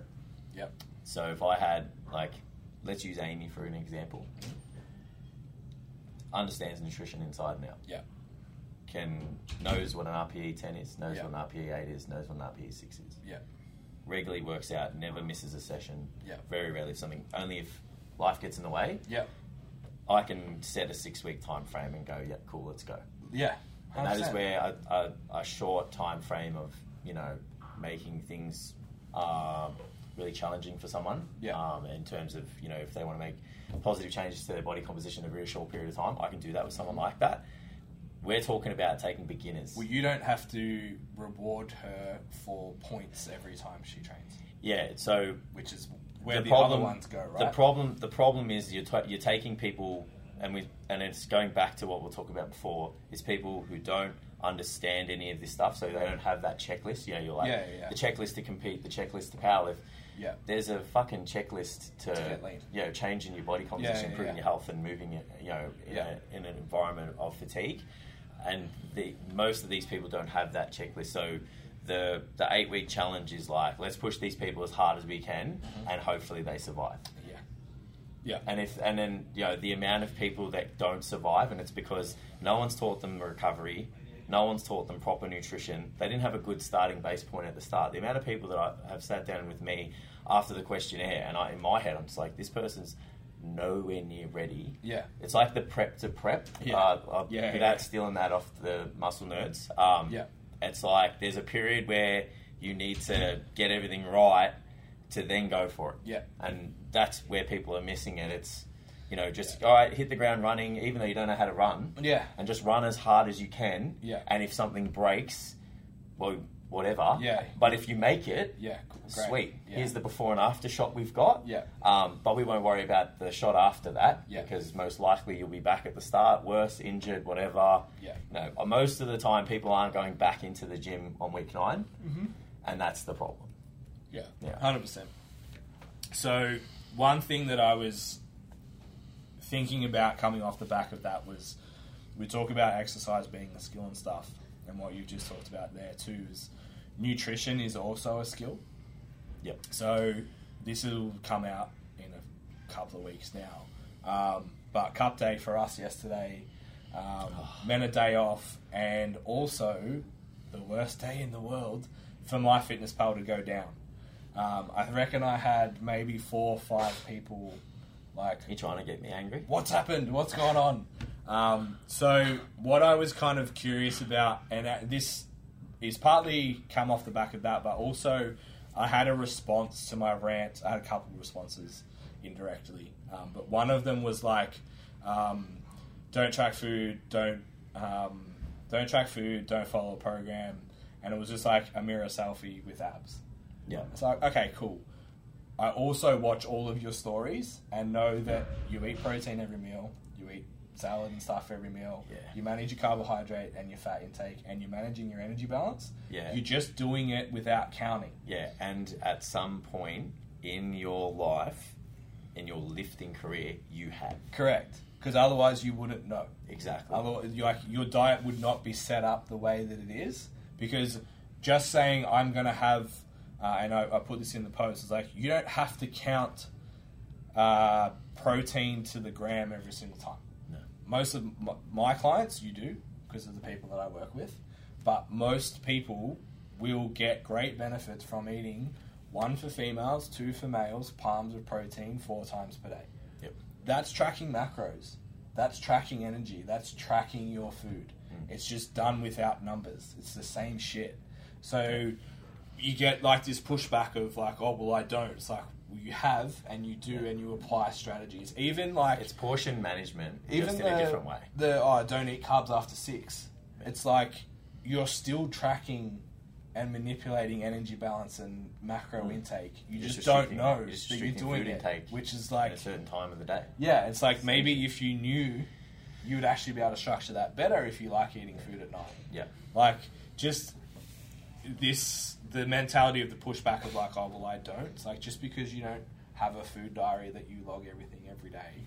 Yep. So if I had like, let's use Amy for an example. Understands nutrition inside and out. Yep. Can knows what an RPE ten is, knows Yeah. what an RPE eight is, knows what an RPE six is. Yep. Regularly works out, never misses a session. Yeah. Very rarely if something. Only if life gets in the way, Yep. I can set a six week time frame and go, yeah, cool, let's go. Yeah. And that is 100%. where a, a, a short time frame of you know making things um, really challenging for someone. Yeah. Um, in terms of you know if they want to make positive changes to their body composition over a short period of time, I can do that with someone like that. We're talking about taking beginners. Well, you don't have to reward her for points every time she trains, yeah. So which is where the, other ones go, right? The problem, the problem is you're, t- you're taking people, and we, and it's going back to what we'll talk about before. Is people who don't understand any of this stuff, so they don't have that checklist. You know, you're like Yeah, yeah, yeah. the checklist to compete, the checklist to powerlift. Yeah. There's a fucking checklist to, To get lean. you know, changing your body composition, yeah, improving yeah. your health, and moving it, you know, in, Yeah. a, in an environment of fatigue. And the, most of these people don't have that checklist, so the the eight week challenge is like let's push these people as hard as we can, Mm-hmm. and hopefully they survive. Yeah. Yeah. And if and then you know the amount of people that don't survive, and it's because no one's taught them recovery, no one's taught them proper nutrition. They didn't have a good starting base point at the start. The amount of people that I have sat down with me after the questionnaire, and I in my head I'm just like, this person's nowhere near ready. Yeah. It's like the prep to prep. Yeah. Uh, uh, Yeah, yeah, without yeah. stealing that off the muscle nerds. Um, Yeah. It's like there's a period where you need to get everything right to then go for it. Yeah. And that's where people are missing it. It's, you know, just, Yeah. all right, hit the ground running, even though you don't know how to run, Yeah. and just run as hard as you can. Yeah. And if something breaks, well, whatever. Yeah. But if you make it, Yeah. cool, Great. Sweet. Yeah. Here's the before and after shot we've got. Yeah. Um, but we won't worry about the shot after that Yeah. because most likely you'll be back at the start, worse, injured, whatever. Yeah. No, uh, most of the time people aren't going back into the gym on week 9 and that's the problem. Yeah, Yeah. hundred percent. So one thing that I was thinking about coming off the back of that was we talk about exercise being a skill and stuff, and what you've just talked about there too is nutrition is also a skill. Yep. So this will come out in a couple of weeks now, Um, but cup day for us yesterday um, meant a day off, and also the worst day in the world for my fitness pal to go down. Um, I reckon I had maybe four or five people like You're trying to get me angry? what's happened? What's going on? Um, so, what I was kind of curious about, and that- this is partly come off the back of that, but also I had a response to my rant. I had a couple of responses indirectly, um, but one of them was like, um, "Don't track food. Don't um, don't track food. Don't follow a program." And it was just like a mirror selfie with abs. Yeah. It's like, okay, cool. I also watch all of your stories and know that you eat protein every meal, you eat salad and stuff every meal, Yeah. you manage your carbohydrate and your fat intake, and you're managing your energy balance. Yeah. You're just doing it without counting. Yeah, and at some point in your life, in your lifting career, you have. Correct. Because otherwise, you wouldn't know. Exactly. Otherwise, you- like your diet would not be set up the way that it is because just saying I'm going to have, uh, and I, I put this in the post, is like you don't have to count uh, protein to the gram every single time. No. Most of m- my clients, you do because of the people that I work with, but most people will get great benefits from eating one for females, two for males, palms of protein four times per day Yep. that's tracking macros that's tracking energy that's tracking your food Mm. it's just done without numbers it's the same shit so you get like this pushback of like oh well i don't it's like well, you have and you do and you apply strategies even like It's portion management, even just in the, a different way. the oh I don't eat carbs after six it's like you're still tracking and manipulating energy balance and macro Hmm. intake you You're just, just don't restricting- know you're just that you're restricting doing food it intake which is At like a certain time of the day. yeah, it's like maybe if you knew, you would actually be able to structure that better if you like eating food at night. Yeah. Like, just this, the mentality of the pushback of like, oh, well, I don't. It's like just because you don't have a food diary that you log everything every day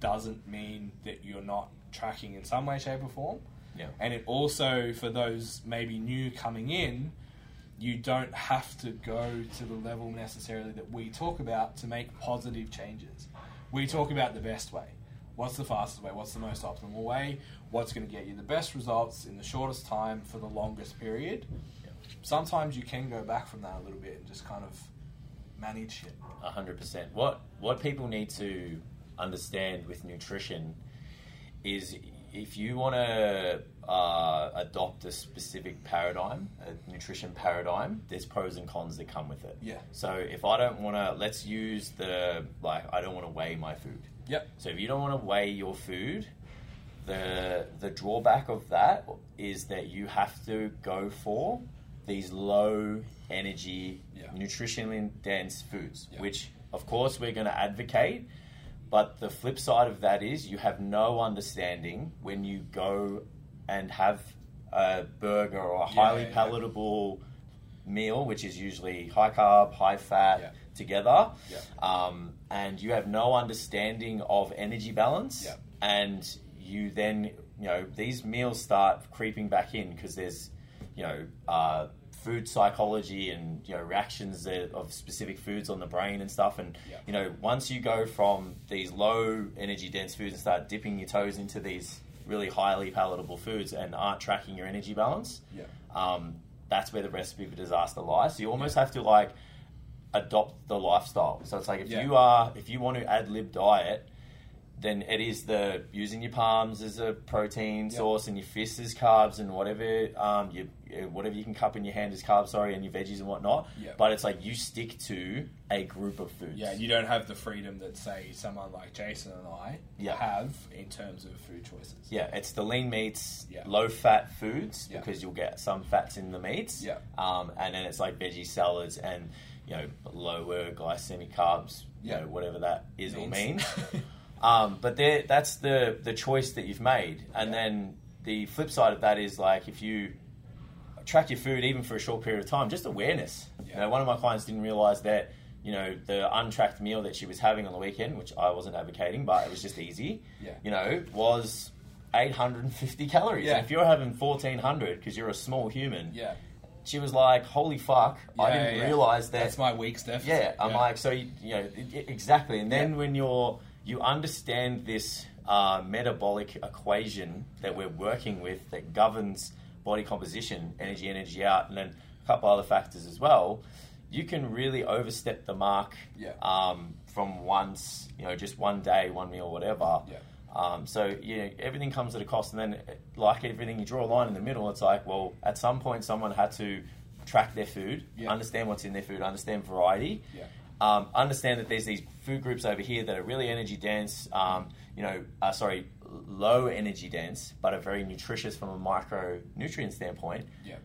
doesn't mean that you're not tracking in some way, shape, or form. Yeah. And it also, for those maybe new coming in, you don't have to go to the level necessarily that we talk about to make positive changes. We talk about the best way. What's the fastest way? What's the most optimal way? What's going to get you the best results in the shortest time for the longest period? Yeah. Sometimes you can go back from that a little bit and just kind of manage it. hundred percent. What what people need to understand with nutrition is if you want to uh, adopt a specific paradigm, a nutrition paradigm, there's pros and cons that come with it. Yeah. So if I don't want to, let's use the like I don't want to weigh my food. Yep. So if you don't want to weigh your food, the the drawback of that is that you have to go for these low energy, Yeah. nutritionally dense foods, Yeah. which of course we're going to advocate. But the flip side of that is you have no understanding when you go and have a burger or a Yeah, highly yeah, yeah. palatable meal, which is usually high carb, high fat Yeah. together Yeah. um, and you have no understanding of energy balance, Yeah. and you then you know these meals start creeping back in because there's you know uh, food psychology and you know reactions that- of specific foods on the brain and stuff, and Yeah. you know once you go from these low energy dense foods and start dipping your toes into these really highly palatable foods and aren't tracking your energy balance, Yeah. um, that's where the recipe for disaster lies. So you almost have to like adopt the lifestyle. So it's like if Yeah. you are if you want to ad lib diet, then it is the using your palms as a protein Yeah. source and your fists as carbs and whatever um you uh, whatever you can cup in your hand as carbs, sorry, and your veggies and whatnot. Yeah. But it's like you stick to a group of foods. Yeah, you don't have the freedom that, say, someone like Jason and I Yeah. have in terms of food choices. Yeah, it's the lean meats, Yeah. low fat foods Yeah. because you'll get some fats in the meats. Yeah. Um, and then it's like veggie salads and you know lower glycemic carbs. You Yeah. know whatever that is or means. Means. um, but there, that's the the choice that you've made. And Yeah. then the flip side of that is like if you track your food even for a short period of time, just awareness. Yeah. You know, one of my clients didn't realize that. You know the untracked meal that she was having on the weekend, which I wasn't advocating, but it was just easy yeah. you know, was 850 calories. Yeah. And if you're having 1400 because you're a small human, Yeah. she was like, holy fuck, I Yeah, didn't yeah. realize that. That's my week's deficit. yeah, I'm like, so, you, you know, e- e- exactly. And then Yeah. when you're you understand this uh, metabolic equation that we're working with that governs body composition, energy in, energy out, and then a couple other factors as well, you can really overstep the mark Yeah. um, from once, you know, just one day, one meal, whatever. Yeah. Um, so you know everything comes at a cost, and then eh, like everything, you draw a line in the middle. It's like, well, at some point, someone had to track their food, Yeah. understand what's in their food, understand variety, Yeah. um, understand that there's these food groups over here that are really energy dense. Um, you know, uh, sorry, l- low energy dense, but are very nutritious from a micronutrient standpoint. Yeah.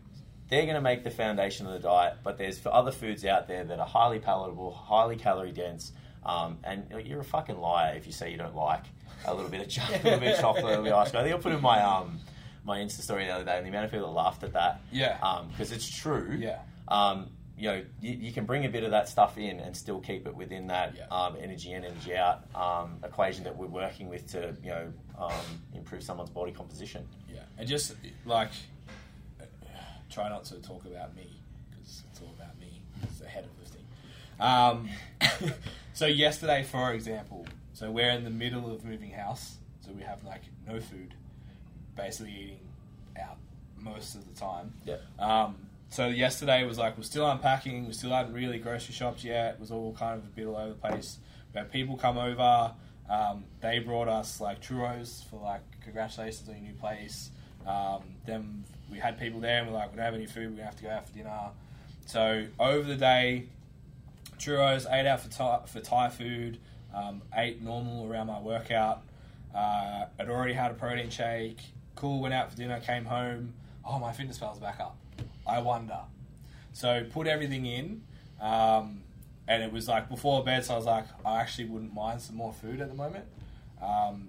They're going to make the foundation of the diet, but there's other foods out there that are highly palatable, highly calorie dense, um, and you're a fucking liar if you say you don't like a little bit of chocolate, a little bit of chocolate, a little bit of ice cream. I think I put in my um, my Insta story the other day, and the amount of people that laughed at that, Yeah. because it's true, Yeah. um, you know, you, you can bring a bit of that stuff in and still keep it within that Yeah. um, energy in, energy out um, equation that we're working with to, you know, um, improve someone's body composition. Yeah, and just like try not to talk about me because it's all about me. It's the head of lifting. Um, so yesterday, for example, so we're in the middle of moving house, so we have like no food, basically eating out most of the time. Yeah. Um, so yesterday was like we're still unpacking, we still hadn't really grocery shopped yet. It was all kind of a bit all over the place. We had people come over. Um, they brought us like churros for like congratulations on your new place. Um, then we had people there and we're like we don't have any food. We're gonna have to go out for dinner. So over the day, churros, ate out for Thai, for Thai food, um, ate normal around my workout. Uh, I'd already had a protein shake. Cool, went out for dinner, came home. Oh, my fitness pal's back up. I wonder. So put everything in, um, and it was like before bed. So I was like, I actually wouldn't mind some more food at the moment, um,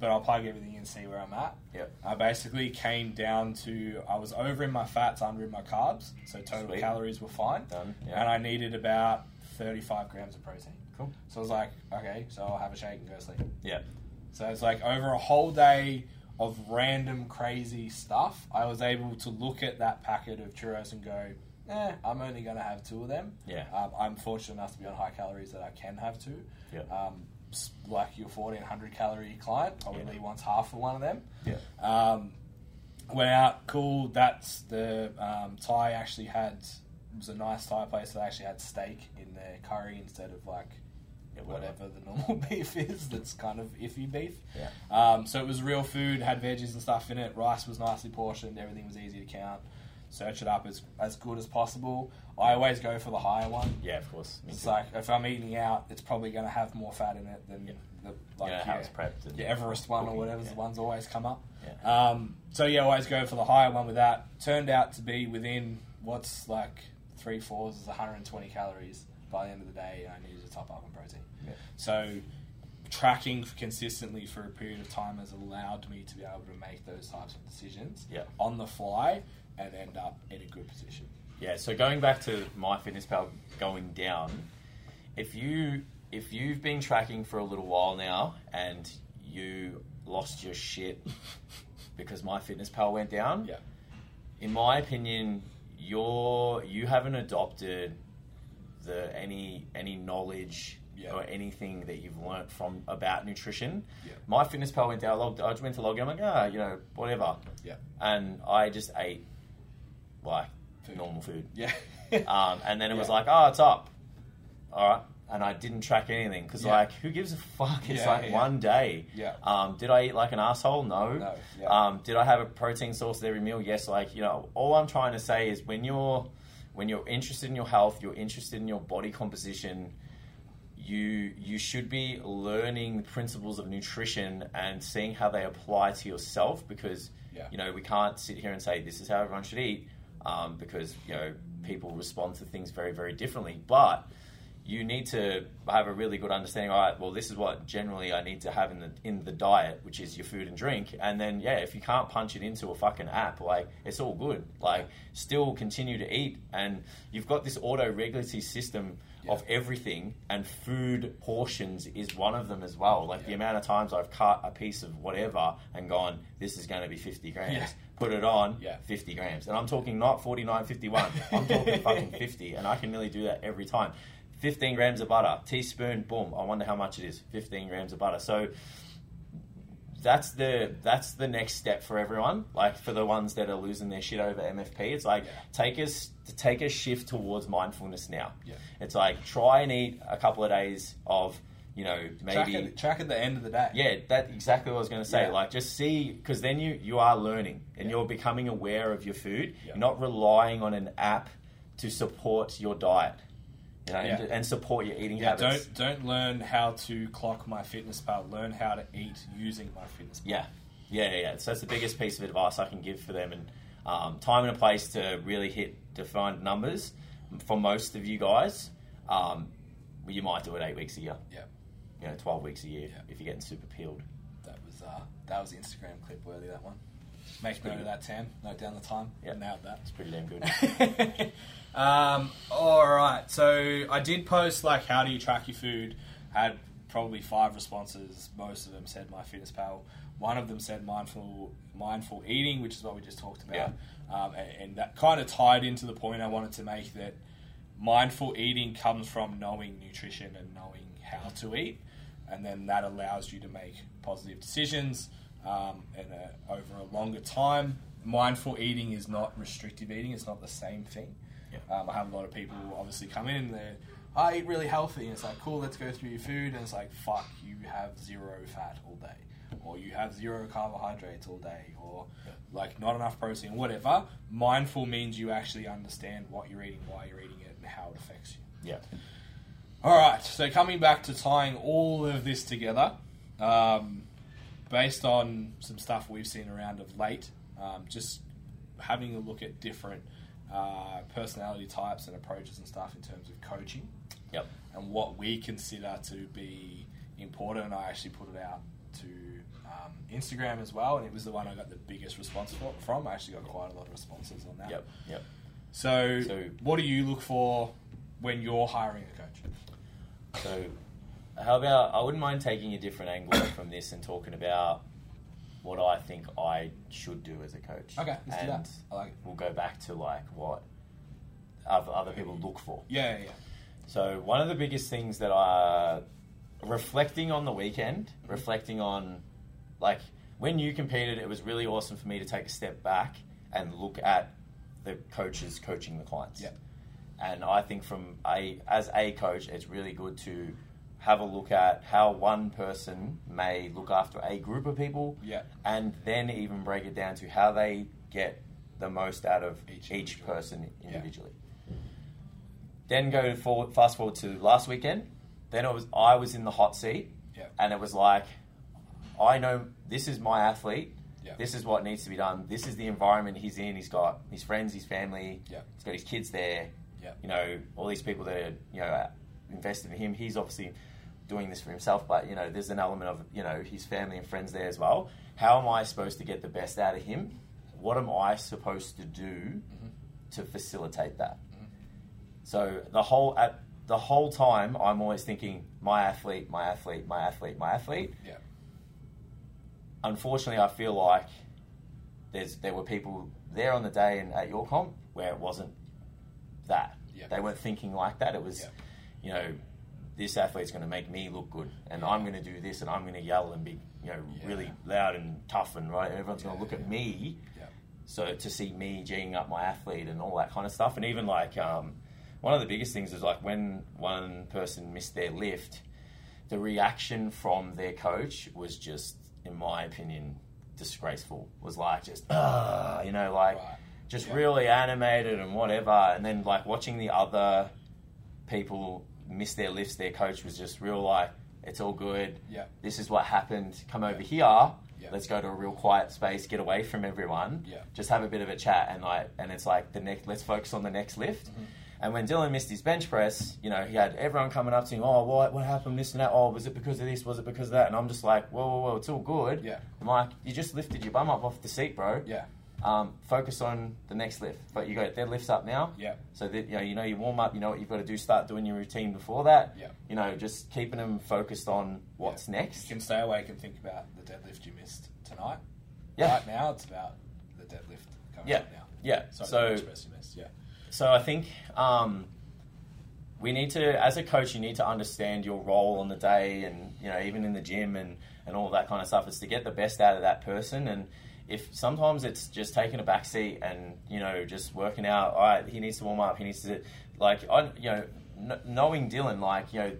but I'll plug everything in and see where I'm at. Yep. I basically came down to I was over in my fats, under in my carbs, so total Sweet. calories were fine Done. Yeah. and I needed about 35 grams of protein. Cool. So I was like, okay, so I'll have a shake and go sleep. Yeah. So it's like over a whole day of random crazy stuff, I was able to look at that packet of churros and go, eh, I'm only going to have two of them. Yeah. Um, I'm fortunate enough to be on high calories that I can have two. Yeah. Um, s- like your 1400 calorie client probably Yeah. wants half of one of them. Yeah. Um, went out, cool. That's the um, Thai actually had it was a nice Thai place that actually had steak in their curry instead of like whatever the normal beef is. That's kind of iffy beef. Yeah. Um, so it was real food, had veggies and stuff in it. Rice was nicely portioned. Everything was easy to count. Search it up as as good as possible. I always go for the higher one. Yeah. Of course. Me It's too. like if I'm eating out, it's probably going to have more fat in it than Yeah. the like you know, how it's prepped. And the Everest one or cooking, whatever's yeah. the ones always come up. Yeah. Um, so yeah, always go for the higher one with that. Turned out to be within what's like three fours is 120 calories by the end of the day. and I needed to top up on protein. Yeah. So tracking consistently for a period of time has allowed me to be able to make those types of decisions Yeah. on the fly and end up in a good position. Yeah, so going back to my fitness pal going down, if you if you've been tracking for a little while now and you lost your shit because my fitness pal went down, Yeah. in my opinion, you're you haven't adopted the any any knowledge Yeah. or anything that you've learnt from about nutrition. Yeah. My fitness pal went down. I logged, I just went to log in. I'm like, ah, you know, whatever. Yeah. And I just ate like Food. normal food. Yeah. Um, and then it was Yeah. like, oh, it's up. All right. And I didn't track anything because, Yeah. like, who gives a fuck? It's Yeah, like yeah. one day. Yeah. Um, did I eat like an asshole? No. No, yeah. Um, did I have a protein source at every meal? Yes. Like, you know, all I'm trying to say is when you're when you're interested in your health, you're interested in your body composition. You you should be learning the principles of nutrition and seeing how they apply to yourself because Yeah. you know we can't sit here and say this is how everyone should eat um, because you know people respond to things very very differently but you need to have a really good understanding all right well this is what generally i need to have in the in the diet which is your food and drink and then yeah if you can't punch it into a fucking app like it's all good like still continue to eat and you've got this auto regulatory system Yeah. of everything and food portions is one of them as well like the Yeah. amount of times i've cut a piece of whatever and gone this is going to be 50 grams Yeah. put it on Yeah. 50 grams and i'm talking not 49 51 i'm talking fucking 50 and i can nearly do that every time 15 grams of butter, teaspoon, boom. I wonder how much it is. 15 grams of butter. So that's the that's the next step for everyone. Like for the ones that are losing their shit over MFP, it's like Yeah. take us to take a shift towards mindfulness now. Yeah. It's like try and eat a couple of days of you know Track maybe it- track at the end of the day. yeah, that exactly what I was going to say. Yeah. Like, just see because then you you are learning and Yeah. you're becoming aware of your food. Yeah. You're not relying on an app to support your diet, you know, and, Yeah. and support your eating Yeah, habits. don't don't learn how to clock my fitness pal. Learn how to eat using my fitness pal. Yeah, yeah, yeah, yeah. So that's the biggest piece of advice I can give for them, and um, time and a place to really hit defined numbers. For most of you guys, um, you might do it eight weeks a year, Yeah, you know, twelve weeks a year Yeah. if you're getting super peeled. that was uh, that was Instagram clip worthy. That one. Make note pretty of that, Tam. Note down the time. Yeah. Nailed that. It's pretty damn good. um, all right. So I did post like, how do you track your food? Had probably five responses. Most of them said my fitness pal. One of them said mindful mindful eating, which is what we just talked about. Yeah. Um, and, and that kind of tied into the point I wanted to make that mindful eating comes from knowing nutrition and knowing how to eat, and then that allows you to make positive decisions um, and uh, over a longer time. Mindful eating is not restrictive eating; it's not the same thing. Yeah. Um, I have a lot of people obviously come in and they're, I eat really healthy, and it's like, cool, let's go through your food, and it's like, fuck, you have zero fat all day, or you have zero carbohydrates all day, or like not enough protein, whatever. Mindful means you actually understand what you're eating, why you're eating it, and how it affects you. yeah, All right, so coming back to tying all of this together, um, based on some stuff we've seen around of late, um, just having a look at different uh, personality types and approaches and stuff in terms of coaching yep, and what we consider to be important. And I actually put it out to um, Instagram as well, and it was the one I got the biggest response for, from. I actually got quite a lot of responses on that. yep, yep. So, So- what do you look for when you're hiring a coach? So, how about I wouldn't mind taking a different angle from this and talking about what I think I should do as a coach. Okay, let's do and that. I like it. We'll go back to like what other, other people look for. Yeah, yeah, yeah. So one of the biggest things that I reflecting on the weekend, reflecting on like when you competed, it was really awesome for me to take a step back and look at the coaches coaching the clients. Yep. And I think from a as a coach, it's really good to have a look at how one person may look after a group of people Yeah. and then even break it down to how they get the most out of Each each, individual. person Yeah. individually. Then go forward, fast forward to last weekend. Then it was I was in the hot seat, Yeah. and it was like, I know this is my athlete. Yeah. This is what needs to be done. This is the environment he's in. He's got his friends, his family. Yeah. He's got his kids there. Yeah. You know, all these people that are you know invested in him. He's obviously doing this for himself, but you know, there's an element of you know his family and friends there as well. How am I supposed to get the best out of him? What am I supposed to do Mm-hmm. to facilitate that? So the whole at the whole time, I'm always thinking, my athlete, my athlete, my athlete, my athlete. Yeah. Unfortunately, I feel like there's there were people there on the day and at your comp where it wasn't that. Yeah. They weren't thinking like that. It was, Yeah. you know, this athlete's going to make me look good, and Yeah. I'm going to do this, and I'm going to yell and be, you know, Yeah. really loud and tough, and right. Everyone's going Yeah, to look yeah. at me Yeah. so to see me g'ing up my athlete and all that kind of stuff and even like um, one of the biggest things is like when one person missed their lift the reaction from their coach was just in my opinion disgraceful was like just ah, you know like Right. just Yeah. really animated and whatever and then like watching the other people miss their lifts their coach was just real like it's all good Yeah. this is what happened. Come over Yeah. here. Yeah. Let's go to a real quiet space. Get away from everyone. Yeah. Just have a bit of a chat and like, and it's like the next. Let's focus on the next lift. Mm-hmm. And when Dylan missed his bench press, you know, he had everyone coming up to him. Oh, what? What happened? This and that. Oh, was it because of this? Was it because of that? And I'm just like, whoa, whoa, whoa! It's all good. Yeah. I'm like, you just lifted your bum up off the seat, bro. Yeah. Um, focus on the next lift. But you got deadlifts up now. Yeah. So that you know, you know, you warm up. You know what you've got to do. Start doing your routine before that. Yeah. You know, just keeping them focused on what's You next. can stay awake and think about the deadlift you missed tonight. Yeah. Right now, it's about the deadlift coming Yeah. up now. Yeah. Sorry, so the bench press you missed. Yeah. so I think um, we need to, as a coach, you need to understand your role on the day, and you know, even in the gym and and all that kind of stuff. It's to get the best out of that person, and if sometimes it's just taking a back seat and you know just working out. All right, he needs to warm up. He needs to like I you know kn- knowing Dylan like you know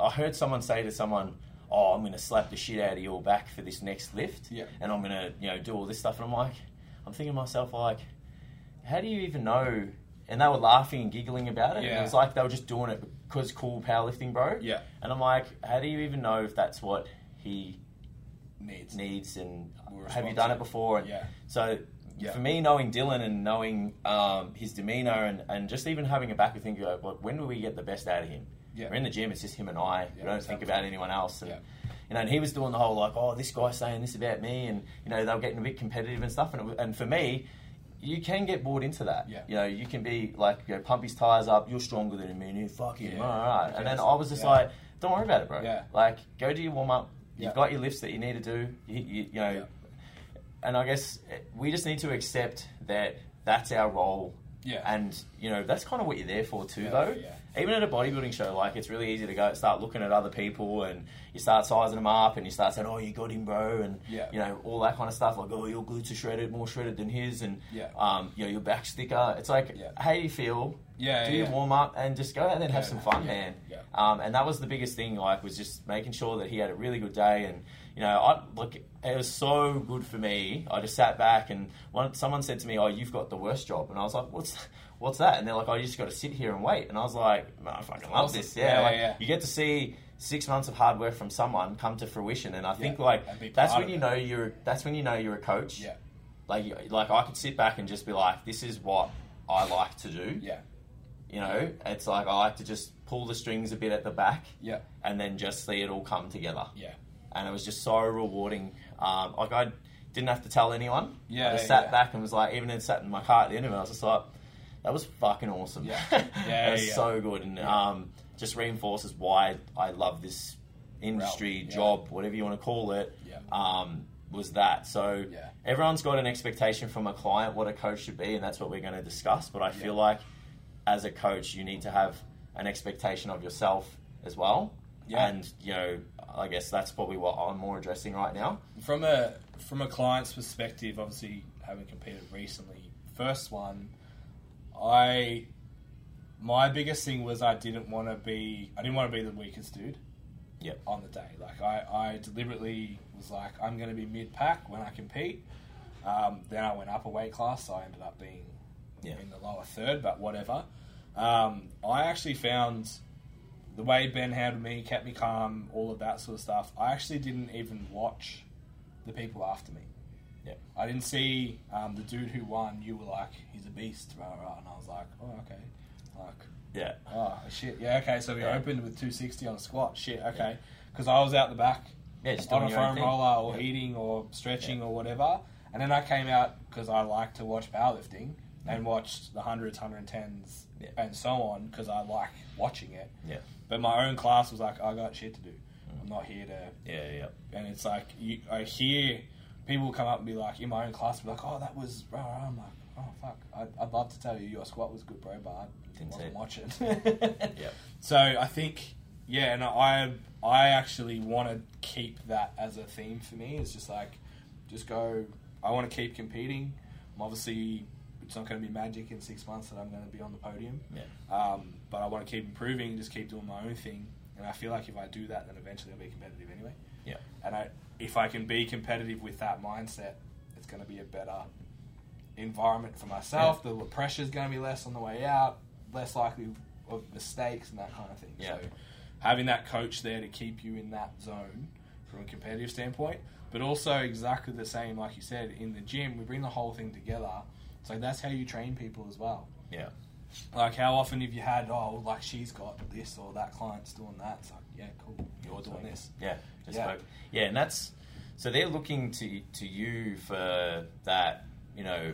I heard someone say to someone. Oh, I'm going to slap the shit out of your back for this next lift, Yeah. and I'm going to, you know, do all this stuff. And I'm like, I'm thinking to myself, like, how do you even know? And they were laughing and giggling about it. And Yeah. it was like they were just doing it because cool powerlifting, bro. Yeah. And I'm like, how do you even know if that's what he Needs. needs? And We're have you done it responsible. before? And Yeah. So Yeah. for me, knowing Dylan and knowing um, his demeanor and, and just even having a back of think, like, well, when do we get the best out of him? Yeah. We're in the gym. It's just him and I. Yeah, we don't it's think that about fun. anyone else. And, Yeah. You know, and he was doing the whole like, oh, this guy's saying this about me, and you know, they were getting a bit competitive and stuff. And, it, wa- and for me, you can get bored into that. Yeah. You know, you can be like, you know, pump his tires up. You're stronger than him, and you fuck him. Yeah. All right. And then Yes. I was just Yeah. like, don't worry about it, bro. Yeah. Like, go do your warm up. You've Yeah. got your lifts that you need to do. You, you, you know, Yeah. and I guess eh, we just need to accept that that's our role. Yeah. And you know that's kind of what you're there for too, Yeah, though. yeah. Even at a bodybuilding show, like it's really easy to go start looking at other people and you start sizing them up and you start saying, "Oh, you got him, bro," and Yeah. you know all that kind of stuff. Like, "Oh, your glutes are shredded, more shredded than his," and Yeah. um, you know your back's thicker. It's like, Yeah. how do you feel? Yeah, do yeah, your yeah. warm up and just go out there and have Yeah, some fun, yeah, man. yeah. Um, and that was the biggest thing, like, was just making sure that he had a really good day. And, you know, I look, it was so good for me. I just sat back and one, someone said to me, Oh, you've got the worst job. And I was like, What's what's that? And they're like, Oh, you just got to sit here and wait. And I was like, "Man, I fucking love Awesome. this. Yeah. Yeah, like, yeah, yeah. You get to see six months of hard work from someone come to fruition. And I think, Yeah, and be like, that's part when of you it. know you're, that's when you know you're a coach. Yeah. Like, you- like I could sit back and just be like, This is what I like to do. Yeah. You know, it's like I like to just pull the strings a bit at the back Yeah. and then just see it all come together. Yeah. And it was just so rewarding. Um, like I didn't have to tell anyone. Yeah, I just yeah, sat yeah. back and was like, even then sat in my car at the end of it, I was just like, that was fucking awesome. Yeah. that Yeah, was yeah. so good, and Yeah. um, just reinforces why I love this industry, Realm, yeah. job, whatever you want to call it. Yeah. Um, was that so? Yeah. Everyone's got an expectation from a client what a coach should be, and that's what we're going to discuss. But I Yeah. feel like as a coach, you need to have an expectation of yourself as well. Yeah. And you know, I guess that's probably what I'm more addressing right now. From a from a client's perspective, obviously having competed recently, first one, I my biggest thing was I didn't want to be I didn't want to be the weakest dude Yep. on the day. Like I, I deliberately was like I'm going to be mid pack when I compete. Um, then I went up a weight class, so I ended up being Yeah. in the lower third, but whatever. Um, I actually found the way Ben handled me, kept me calm, all of that sort of stuff. I actually didn't even watch the people after me. Yep. I didn't see um, the dude who won. You were like, he's a beast, rah, rah, and I was like, oh okay, like Yeah. oh shit, yeah okay. So we Yeah. opened with two sixty on a squat, shit okay, because I was out the back Yeah. Just on doing a your own foam thing. roller or Yeah. eating or stretching Yeah. or whatever. And then I came out because I like to watch powerlifting and watched the hundreds, hundred and tens, Yeah. and so on because I like watching it. Yeah. But my own class was like, I got shit to do. Mm. I'm not here to. Yeah. Yeah. And it's like you, I hear people come up and be like in my own class, be like, oh that was. Rah, rah. I'm like, oh fuck, I'd, I'd love to tell you your squat was good, bro, but I Didn't see wasn't it. watching. Yep. So I think, yeah, and I I actually want to keep that as a theme for me. It's just like, just go. I want to keep competing. I'm obviously, it's not going to be magic in six months that I'm going to be on the podium. Yeah. Um, but I want to keep improving, just keep doing my own thing. And I feel like if I do that, then eventually I'll be competitive anyway. Yeah. And I, if I can be competitive with that mindset, it's going to be a better environment for myself. The pressure's going to be less on the way out, less likely of mistakes and that kind of thing. Yeah. So having that coach there to keep you in that zone from a competitive standpoint, but also exactly the same, like you said, in the gym, we bring the whole thing together. So that's how you train people as well. Yeah. Like how often have you had, oh, like she's got this or that client's doing that. It's like, yeah, cool, you're doing this. Yeah, just Yeah. yeah. Yeah, and that's so they're looking to to you for that, you know,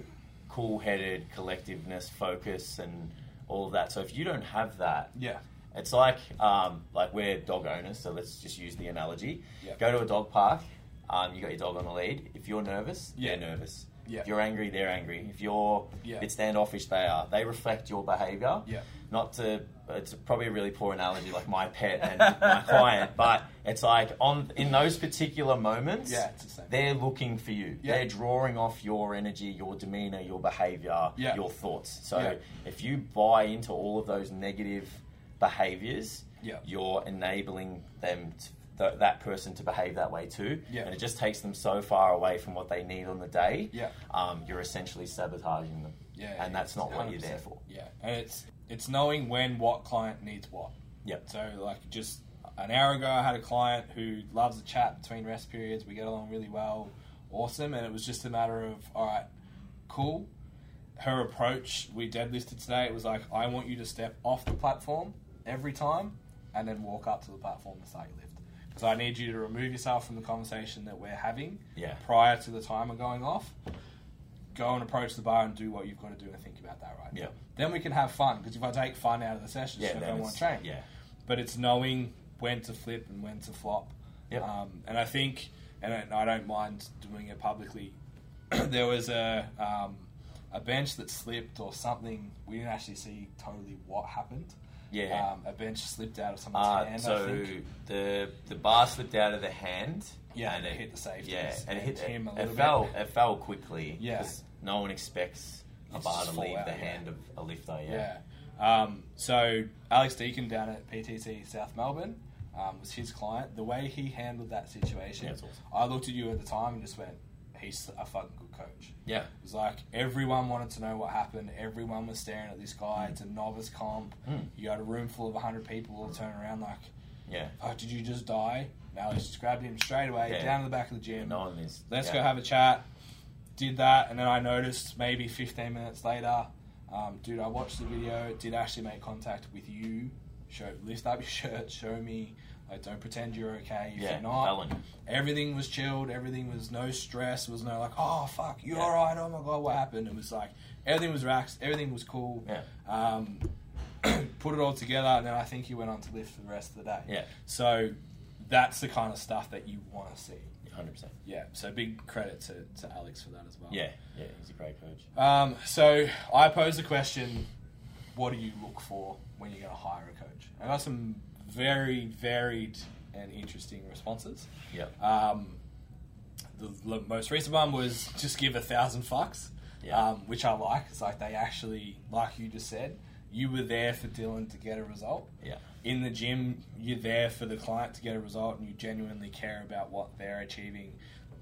cool headed collectiveness, focus, and all of that. So if you don't have that, Yeah. it's like um, like we're dog owners, so let's just use the analogy. Yeah. Go to a dog park. Um, you got your dog on the lead. If you're nervous, Yeah. they're nervous. Yeah. If you're angry, they're angry. If you're Yeah. a bit standoffish, they are. They reflect your behaviour. Yeah. Not to, it's probably a really poor analogy, like my pet and my client, but it's like on in those particular moments, Yeah, it's the same. they're looking for you. Yeah. They're drawing off your energy, your demeanour, your behaviour, Yeah. your thoughts. So Yeah. if you buy into all of those negative behaviours, Yeah. you're enabling them to, th- that person to behave that way too Yeah. and it just takes them so far away from what they need on the day Yeah. um, you're essentially sabotaging them Yeah, and that's not what you're 100%. there for Yeah, and it's it's knowing when what client needs what. Yep. So like just an hour ago, I had a client who loves a chat between rest periods. We get along really well, awesome, and it was just a matter of all right, cool. Her approach we deadlifted today. It was like I want you to step off the platform every time, and then walk up to the platform and start your lift. Because I need you to remove yourself from the conversation that we're having yeah prior to the timer going off, go and approach the bar and do what you've got to do and think about that right Yeah. now. Then we can have fun because if I take fun out of the session, yeah she's not then going to want it's- to train. yeah But it's knowing when to flip and when to flop. Yep. Um, and I think, and I, I don't mind doing it publicly. there was a um, a bench that slipped or something. We didn't actually see totally what happened. yeah Um, a bench slipped out of someone's uh, hand. I so think. the the bar slipped out of the hand Yeah, and it hit the safeties yeah and it hit and him a it, little bit. fell it fell quickly Yeah. 'cause no one expects a It's bar just to fall leave out, the yeah. hand of a lifter Yeah. Um, so Alex Deacon down at PTC South Melbourne um, was his client. The way he handled that situation, Yeah, it's awesome. I looked at you at the time and just went, "He's a fucking good coach." yeah It was like everyone wanted to know what happened. Everyone was staring at this guy. It's a novice comp. Mm. You got a room full of 100 people all turn around like, yeah, "Oh, did you just die?" And Alex just grabbed him straight away Yeah. down to the back of the yeah. gym. no one is Let's yeah. go have a chat. Did that, and then I noticed maybe 15 minutes later, um, dude, I watched the video. Did actually make contact with you. Show, lift up your shirt. Show me. Like, don't pretend you're okay if yeah you're not. fell on. Everything was chilled. Everything was no stress. Was no like, oh fuck, you're Yeah. all right. Oh my god, what happened? It was like everything was relaxed. Everything was cool. yeah Um, put it all together, and then I think he went on to lift for the rest of the day. yeah So that's the kind of stuff that you want to see. 100% Yeah, so big credit to, to Alex for that as well. yeah yeah he's a great coach Um, so I pose the question what do you look for when you're going to hire a coach? I got some very varied and interesting responses. yep Um, the l- most recent one was just give a thousand fucks, Yeah. um, which I like. It's like they actually, like you just said, you were there for Dylan to get a result. Yeah. In the gym, you're there for the client to get a result, and you genuinely care about what they're achieving,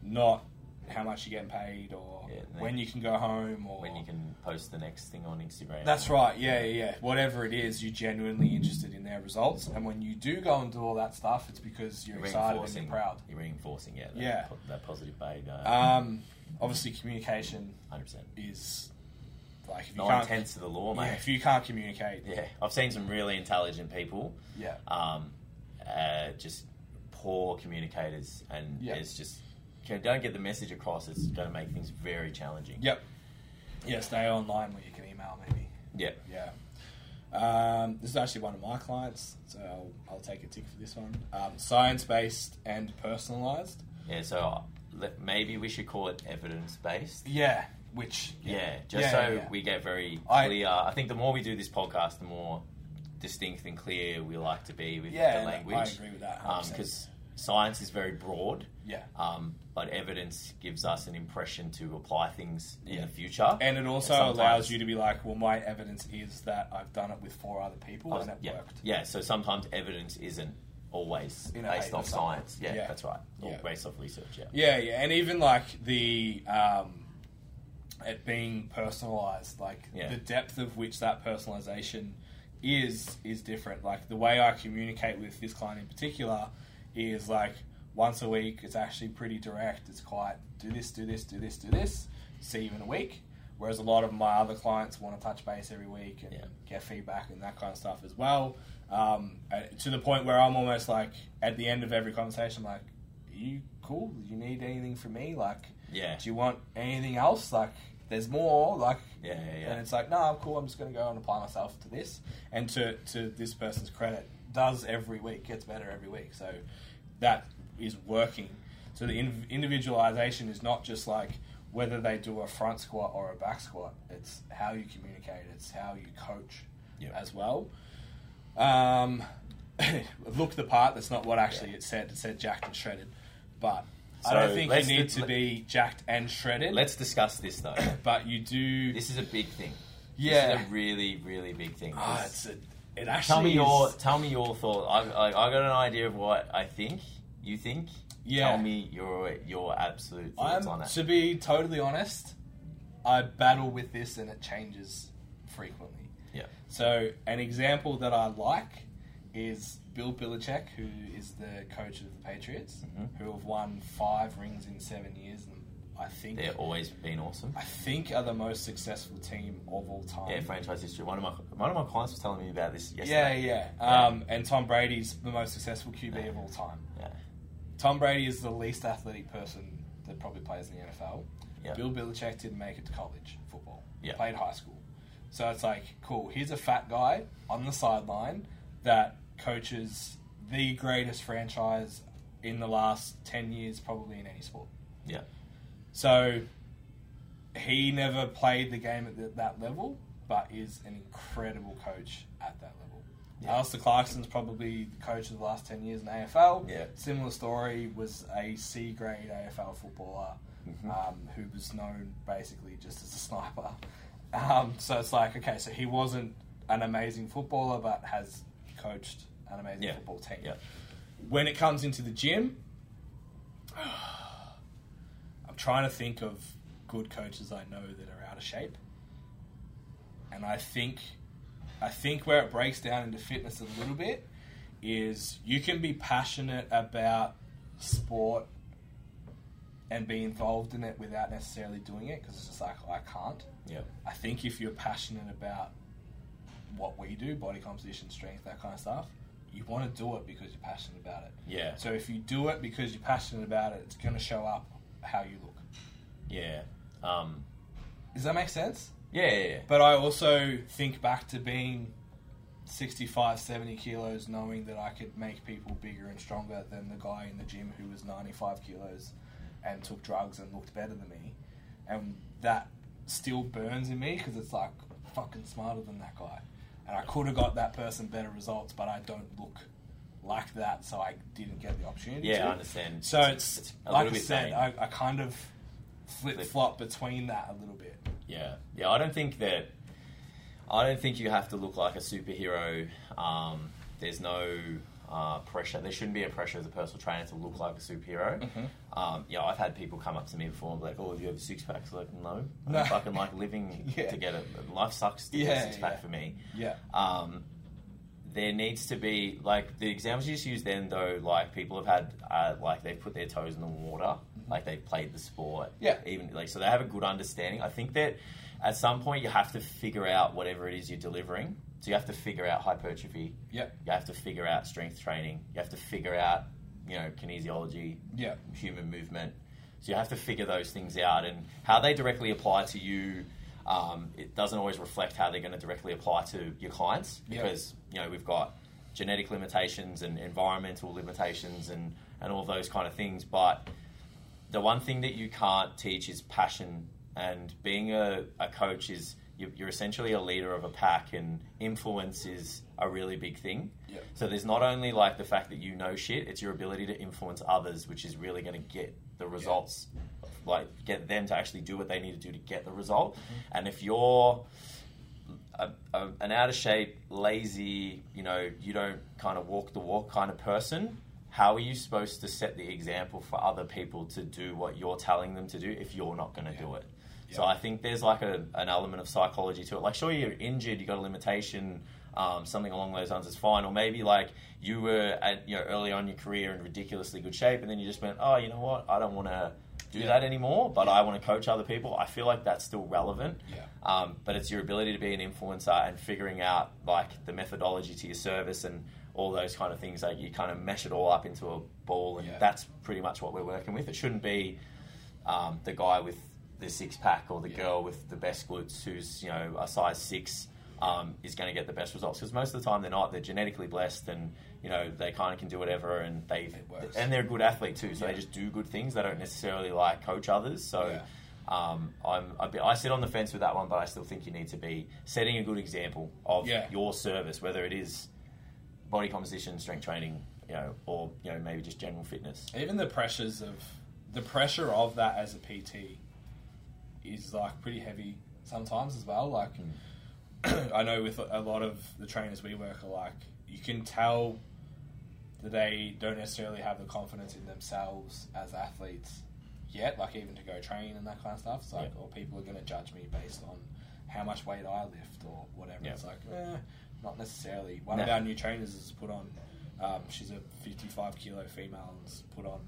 not how much you're getting paid or Yeah, and when then- you can go home or When you can post the next thing on Instagram. that's right. Yeah, yeah, yeah. Whatever it is, you're genuinely interested in their results, and when you do go and do all that stuff, it's because you're excited and you're proud. You're reinforcing, yeah. That, Yeah. po- that positive uh, behavior. Um, obviously, communication 100%. is like if you No can't intense to the law, yeah, mate. if you can't communicate, Yeah. I've seen some really intelligent people, yeah, um, uh, just poor communicators, and Yeah. it's just, if you don't get the message across, it's going to make things very challenging. yep, yeah, stay online where you can email maybe. Yeah. Yeah, um, this is actually one of my clients, so I'll, I'll take a tick for this one. Um, Science based and personalized. Yeah. So let- maybe we should call it evidence based. Yeah, which Yeah. Just Yeah, so yeah, yeah. we get very I- clear. I, think the more we do this podcast, the more distinct and clear we like to be with yeah, the no, language. Um, I agree with that. 100%. because science is very broad, yeah, um, but evidence gives us an impression to apply things in Yeah. the future. and it also sometimes- allows you to be like, well, my evidence is that I've done it with four other people Oh, and it yeah, worked. yeah. So sometimes evidence isn't always In a based paper off somewhere. science. Yeah, Yeah. that's right. Or Yeah. based off research. Yeah. Yeah, yeah, and even like the um, it being personalized, like Yeah. the depth of which that personalization is is different. Like the way I communicate with this client in particular is like once a week. It's actually pretty direct. It's quite do this, do this, do this, do this. See you in a week. Whereas a lot of my other clients want to touch base every week and Yeah. get feedback and that kind of stuff as well. Um, uh, to the point where I'm almost like at the end of every conversation, I'm like, "Are you cool? Do you need anything from me? Like, Yeah. do you want anything else? Like, there's more. Like, Yeah. Yeah. and Yeah. it's like, no, I'm cool. I'm just going to go and apply myself to this. And to to this person's credit, does every week gets better every week. So that is working. So the in- individualization is not just like whether they do a front squat or a back squat. It's how you communicate. It's how you coach Yep. as well. Um, look the part. That's not what actually it said. It said jacked and shredded, but I So don't think let's- you need to let- be jacked and shredded. Let's discuss this though. but you do. this is a big thing. yeah. this is a really really big thing. Ah, This- it's a, it actually. tell me your is- tell me your thought. I, I I got an idea of what I think you think. Yeah. Tell me your your absolute I'm, thoughts on it. to be totally honest, I battle with this and it changes frequently. yeah. So an example that I like is Bill Belichick, who is the coach of the Patriots, Mhm. who have won five rings in seven years, and I think They've always been awesome. I think are the most successful team of all time. Yeah, franchise history. One of my one of my clients was telling me about this yeah, yesterday. yeah. Yeah. Um, and Tom Brady's the most successful QB of all time. Yeah. Tom Brady is the least athletic person that probably plays in the NFL. Yeah. Bill Belichick didn't make it to college football. Yeah. Played high school. So it's like, cool, here's a fat guy on the sideline that coaches the greatest franchise in the last 10 years, probably in any sport. Yeah. So he never played the game at th that level, but is an incredible coach at that level. Yeah. Alistair Clarkson's probably the coach of the last 10 years in AFL. Yeah. Similar story, was a C grade AFL footballer Mhm. um, who was known basically just as a sniper. Um, so it's like, okay, so he wasn't an amazing footballer, but has coached an amazing Yeah. football team Yeah. when it comes into the gym, I'm trying to think of good coaches I know that are out of shape, and I think, I think where it breaks down into fitness a little bit is you can be passionate about sport and be involved in it without necessarily doing it because it's just like I can't. Yeah. I think if you're passionate about what we do, body composition, strength, that kind of stuff, you want to do it because you're passionate about it. Yeah. So if you do it because you're passionate about it, it's going to show up how you look. Yeah. Um. Does that make sense? Yeah. Yeah. yeah. But I also think back to being 65, 70 kilos, knowing that I could make people bigger and stronger than the guy in the gym who was 95 kilos and took drugs and looked better than me. And that still burns in me because it's like fucking smarter than that guy. And I could have got that person better results, but I don't look like that, so I didn't get the opportunity. Yeah, to. I understand. So it's, a like I little bit said, vague. I, I kind of flip flop between that a little bit. Yeah, yeah. I don't think that. I don't think you have to look like a superhero. Um, there's no uh, pressure. There shouldn't be a pressure as a personal trainer to look like a superhero. Mm-hmm. Um, yeah, I've had people come up to me before and be like, "Oh, have you have a six pack?" It's like, no, I No. don't fucking like living Yeah. to get it. Life sucks to get Yeah, a six pack yeah. for me. Yeah. Um, there needs to be like the examples you just used then though like people have had uh, like they've put their toes in the water like they've played the sport Mm-hmm. Yeah. even like so they have a good understanding i think that at some point you have to figure out whatever it is you're delivering so you have to figure out hypertrophy Yeah. you have to figure out strength training you have to figure out you know kinesiology Yeah. human movement. So you have to figure those things out and how they directly apply to you. Um, it doesn't always reflect how they're going to directly apply to your clients Yeah. because you know we've got genetic limitations and environmental limitations and and all those kind of things. But the one thing that you can't teach is passion. And being a, a coach is you- you're essentially a leader of a pack, and influence is a really big thing. Yeah. So there's not only like the fact that you know shit, it's your ability to influence others, which is really going to get the results, like get them to actually do what they need to do to get the result. And if you're a, a, an out of shape, lazy, you know, you don't kind of walk the walk kind of person, how are you supposed to set the example for other people to do what you're telling them to do if you're not going to Yeah. do it? Yeah. So I think there's like a, an element of psychology to it. Like, sure, you're injured, you got a limitation, um, something along those lines is fine. Or maybe like you were at, you know, early on in your career in ridiculously good shape, and then you just went, oh, you know what, I don't want to do Yeah. that anymore, but I want to coach other people. I feel like that's still relevant. Yeah. Um, but it's your ability to be an influencer and figuring out like the methodology to your service and all those kind of things. Like you kind of mesh it all up into a ball, and Yeah. that's pretty much what we're working with. It shouldn't be um, the guy with the six pack or the Yeah. girl with the best glutes who's you know a size six um, is going to get the best results because most of the time they're not. They're genetically blessed and you know they kind of can do whatever and they It works. and they're a good athlete too. So Yeah. they just do good things. They don't necessarily like coach others. So Yeah. Um, I'm, a bit, I sit on the fence with that one, but I still think you need to be setting a good example of Yeah. your service, whether it is body composition, strength training, you know, or you know maybe just general fitness. even the pressures of the pressure of that as a PT is like pretty heavy sometimes as well. Like Hmm. I know with a lot of the trainers we work are like you can tell that they don't necessarily have the confidence in themselves as athletes yet, like even to go train and that kind of stuff. It's like, Yeah. or people are going to judge me based on how much weight I lift or whatever. Yeah. It's like, eh, not necessarily. One of No. our new trainers has put on, um, she's a 55 kilo female and's put on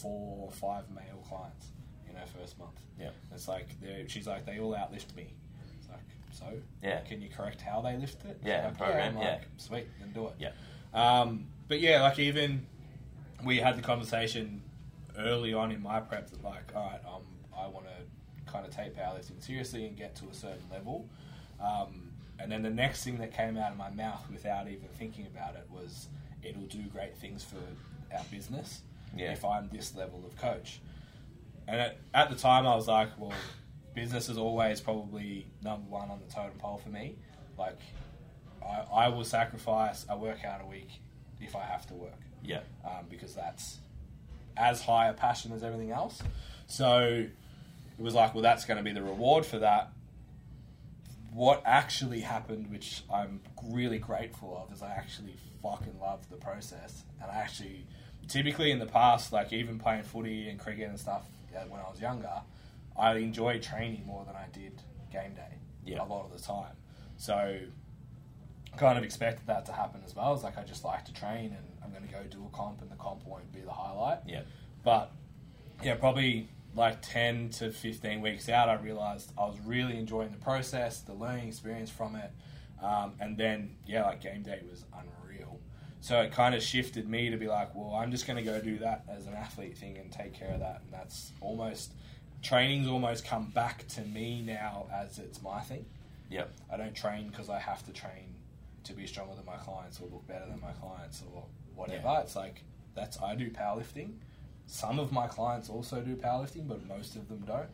four or five male clients in her first month. Yeah. It's like, they're- she's like, they all outlift me. It's like, so? Yeah. Can you correct how they lift it? Yeah, Like, program, I'm like, yeah. Sweet, then do it. Yeah. Um, but yeah, like even we had the conversation early on in my prep that like, all right, um, I want to kind of take powerlifting seriously and get to a certain level. Um, and then the next thing that came out of my mouth without even thinking about it was, it'll do great things for our business Yeah. if I'm this level of coach. And at, at the time, I was like, well, business is always probably number one on the totem pole for me. Like, I, I will sacrifice a workout a week if I have to work Yeah. um, because that's as high a passion as everything else. So it was like, well, that's going to be the reward for that. What actually happened, which I'm really grateful of, is I actually fucking love the process. And I actually, typically in the past, like even playing footy and cricket and stuff uh, when I was younger, I enjoyed training more than I did game day Yeah. a lot of the time. So kind of expected that to happen as well. It's like I just like to train and I'm going to go do a comp and the comp won't be the highlight. Yeah. But yeah, probably like 10 to 15 weeks out, I realized I was really enjoying the process, the learning experience from it. Um, and then, yeah, like game day was unreal. So it kind of shifted me to be like, well, I'm just going to go do that as an athlete thing and take care of that. And that's almost, training's almost come back to me now as it's my thing. Yeah. I don't train because I have to train to be stronger than my clients or look better than my clients or whatever. Yeah. It's like that's I do powerlifting. Some of my clients also do powerlifting, but most of them don't.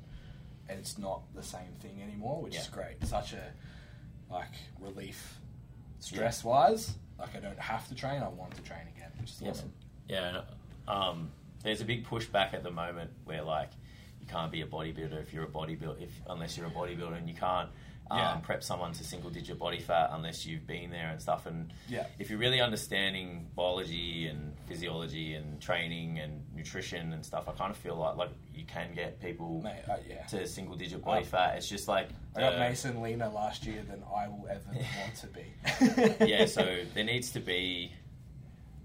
And it's not the same thing anymore, which is Yeah. great. Such a like relief, stress wise. Like I don't have to train. I want to train again, which is Yeah. awesome. Yeah. and, Um, there's a big pushback at the moment where like you can't be a bodybuilder if you're a bodybuilder if unless you're a bodybuilder and you can't um, Yeah. prep someone to single digit body fat unless you've been there and stuff and Yeah. if you're really understanding biology and physiology and training and nutrition and stuff I kind of feel like like you can get people Mate, uh, yeah. to single digit body I- fat it's just like I got the- Mason leaner last year than I will ever want to be. yeah, so there needs to be,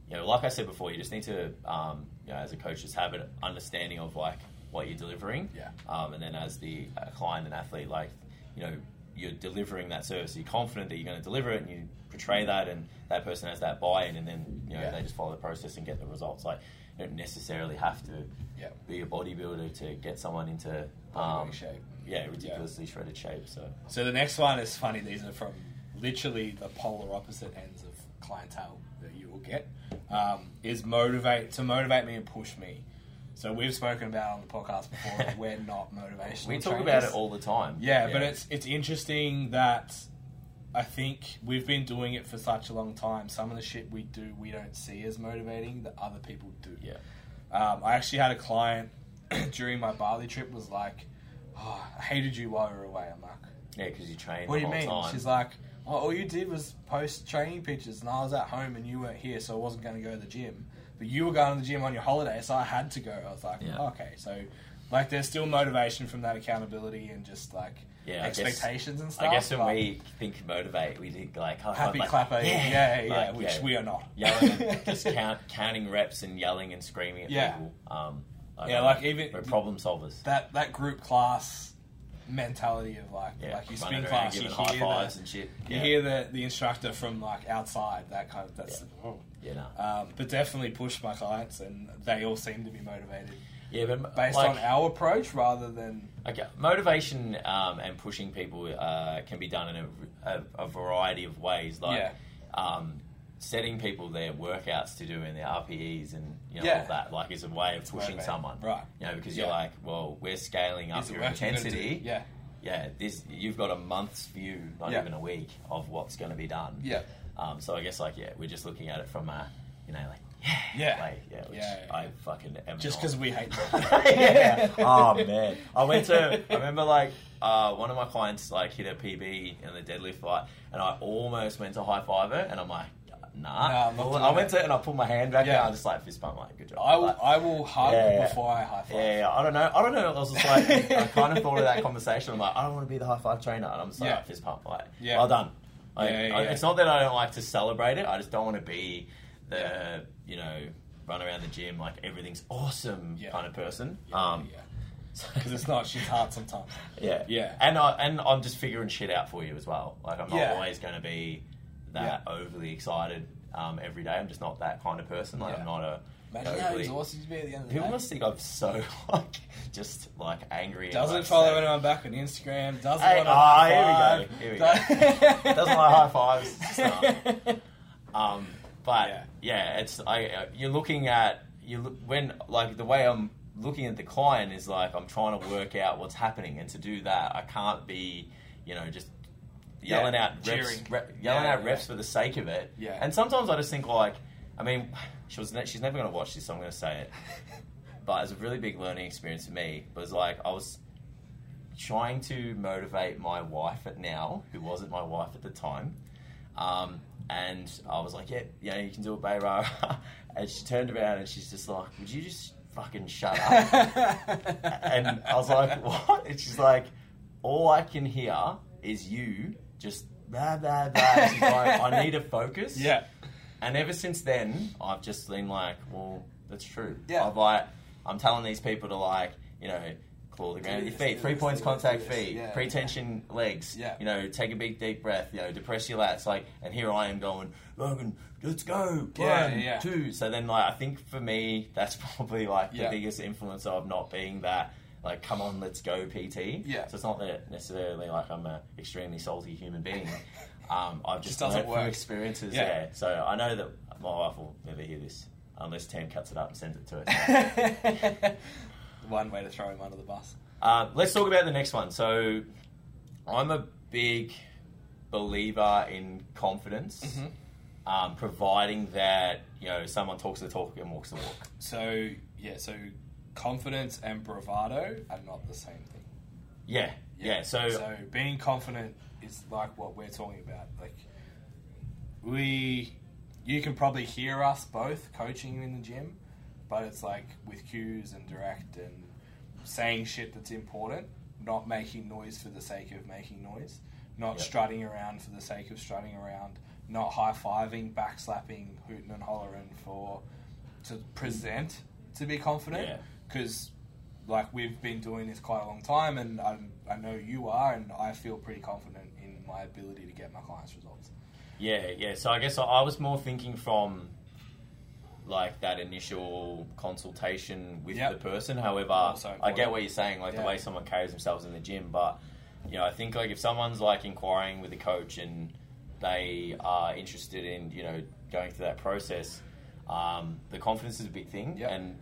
you know, like I said before, you just need to, um, you know, as a coach, just have an understanding of like what you're delivering. Yeah. Um, and then as the uh, client and athlete, like, you know, you're delivering that service. You're confident that you're going to deliver it, and you portray that, and that person has that buy-in, and then you know Yeah. they just follow the process and get the results. Like, you don't necessarily have to yeah, be a bodybuilder to get someone into um, Bodybuilding shape. Yeah, ridiculously shredded shape. So So the next one is funny. These are from literally the polar opposite ends of clientele that you will get. Um, is motivate to motivate me and push me. So we've spoken about on the podcast before. that we're not motivational. we talk about trainers. it all the time. Yeah, but it's it's interesting that I think we've been doing it for such a long time. Some of the shit we do, we don't see as motivating that other people do. yeah. Um, I actually had a client during my Bali trip was like, oh, "I hated you while you were away." I'm like, Yeah, because you train What do the you mean? whole time. She's like, oh, all you did was post training pictures, and I was at home and you weren't here, so I wasn't going to go to the gym. But you were going to the gym on your holiday, so I had to go. I was like, Yeah. okay, so like there's still motivation from that accountability and just like Yeah, I guess- expectations and stuff. I guess when but we think motivate, we think like high five, happy like, clapper, yeah, yeah, like, which we are not. yelling, and just count, counting reps and yelling and screaming at Yeah. people. Um, I Yeah, don't like know. even- we're problem solvers. that that group class mentality of like Yeah, like you running spin around class, you giving hear high fives the, and shit. you yeah. hear the the instructor from like outside. That kind of that's. oh, yeah, no. Um, but definitely push my clients, and they all seem to be motivated yeah, but based Uh, like, on our approach rather than Okay, motivation um, and pushing people uh, can be done in a, a, a variety of ways. Like, um, setting people their workouts to do and their RPEs and you know Yeah. all that like is a way of pushing Motivating. someone, Right. You know, because Yeah. you're like, well, we're scaling up Is it your working? Gotta do- intensity. Yeah. yeah, this you've got a month's view, not Yeah. even a week, of what's going to be done. Yeah. Um, so I guess like yeah, we're just looking at it from a you know like yeah Yeah. like, yeah, which Yeah, yeah, I yeah. fucking am Just not. because we hate them. yeah. Oh man. I went to. I remember like uh, one of my clients like hit a PB in the deadlift fight, and I almost went to high five her, and I'm like, Nah, nah. I'm not doing I went it. to it and I put my hand back Yeah. out, and just like fist bump, like good job. I will. Like, I will hug Yeah, yeah. before I high five. yeah, yeah, I don't know. I don't know. I was just like, I kind of thought of that conversation. I'm like, I don't want to be the high five trainer, and I'm just like, Yeah. fist pump, like, Yeah. well done. Like, Yeah, yeah, I- yeah. it's not that I don't like to celebrate it. I just don't want to be the Yeah. you know run around the gym like everything's awesome Yeah. kind of person. um, Because it's not. She's hard sometimes. Yeah, Yeah. and I and I'm just figuring shit out for you as well. Like I'm not Yeah. always going to be that overly excited um, every day. I'm just not that kind of person. Like Yeah. I'm not a Imagine how overly. exhausted you'd be at the end of the People day. must think I'm so like just like angry. and, Doesn't like, follow sad. anyone back on Instagram. Doesn't Hey, want ah, to. here we go, here go. Doesn't like high fives, it's just Um, but Yeah. yeah, it's I. uh, You're looking at you look, when like the way I'm looking at the client is like I'm trying to work out what's happening, and to do that, I can't be you know just Yeah, yelling out reps, cheering. rep, yelling Yeah, out reps yeah. for the sake of it. Yeah. And sometimes I just think like, I mean, she was ne- she's never going to watch this, so I'm going to say it. But it's a really big learning experience for me. Was like I was trying to motivate my wife at now, who wasn't my wife at the time. Um, and I was like, yeah, yeah, you can do it, babe. and she turned around and she's just like, would you just fucking shut up? uh, and I was like, what? And she's like, all I can hear is you just blah, blah, blah. She's like, I need a focus. Yeah. And ever since then, I've just been like, well, that's true. Yeah. I've like, I'm telling these people to like, you know, claw the ground with your this, feet, do three this, points do this, contact do this. feet, Yeah, pre-tension legs. Yeah. You know, take a big deep breath. You know, depress your lats. Like, and here I am going, Logan, let's go. Yeah, one, yeah. two. So then, like, I think for me, that's probably like the Yeah. biggest influence of not being that. Like, come on, let's go, PT. Yeah. So it's not that necessarily like I'm an extremely salty human being. Um, I've just, Just doesn't learned from work. experiences. Yeah. Yeah. So I know that my wife will never hear this unless Tam cuts it up and sends it to us. One way to throw him under the bus. uh, let's talk about the next one. So I'm a big believer in confidence, Mhm. um, providing that you know someone talks the talk and walks the walk. So yeah, so confidence and bravado are not the same thing. Yeah. Yeah. so, so being confident is like what we're talking about. Like we, you can probably hear us both coaching you in the gym, but it's like with cues and direct and saying shit that's important, not making noise for the sake of making noise, not Yep. strutting around for the sake of strutting around, not high fiving, back slapping, hooting and hollering for to present to be confident Yeah. because like we've been doing this quite a long time and I, I know you are and i feel pretty confident in my ability to get my clients results Yeah, yeah. So I guess I, I was more thinking from like that initial consultation with Yep. the person. However, Also I important. get what you're saying, like Yeah. the way someone carries themselves in the gym. But you know, I think like if someone's like inquiring with a coach and they are interested in you know going through that process, um, the confidence is a big thing. Yep. And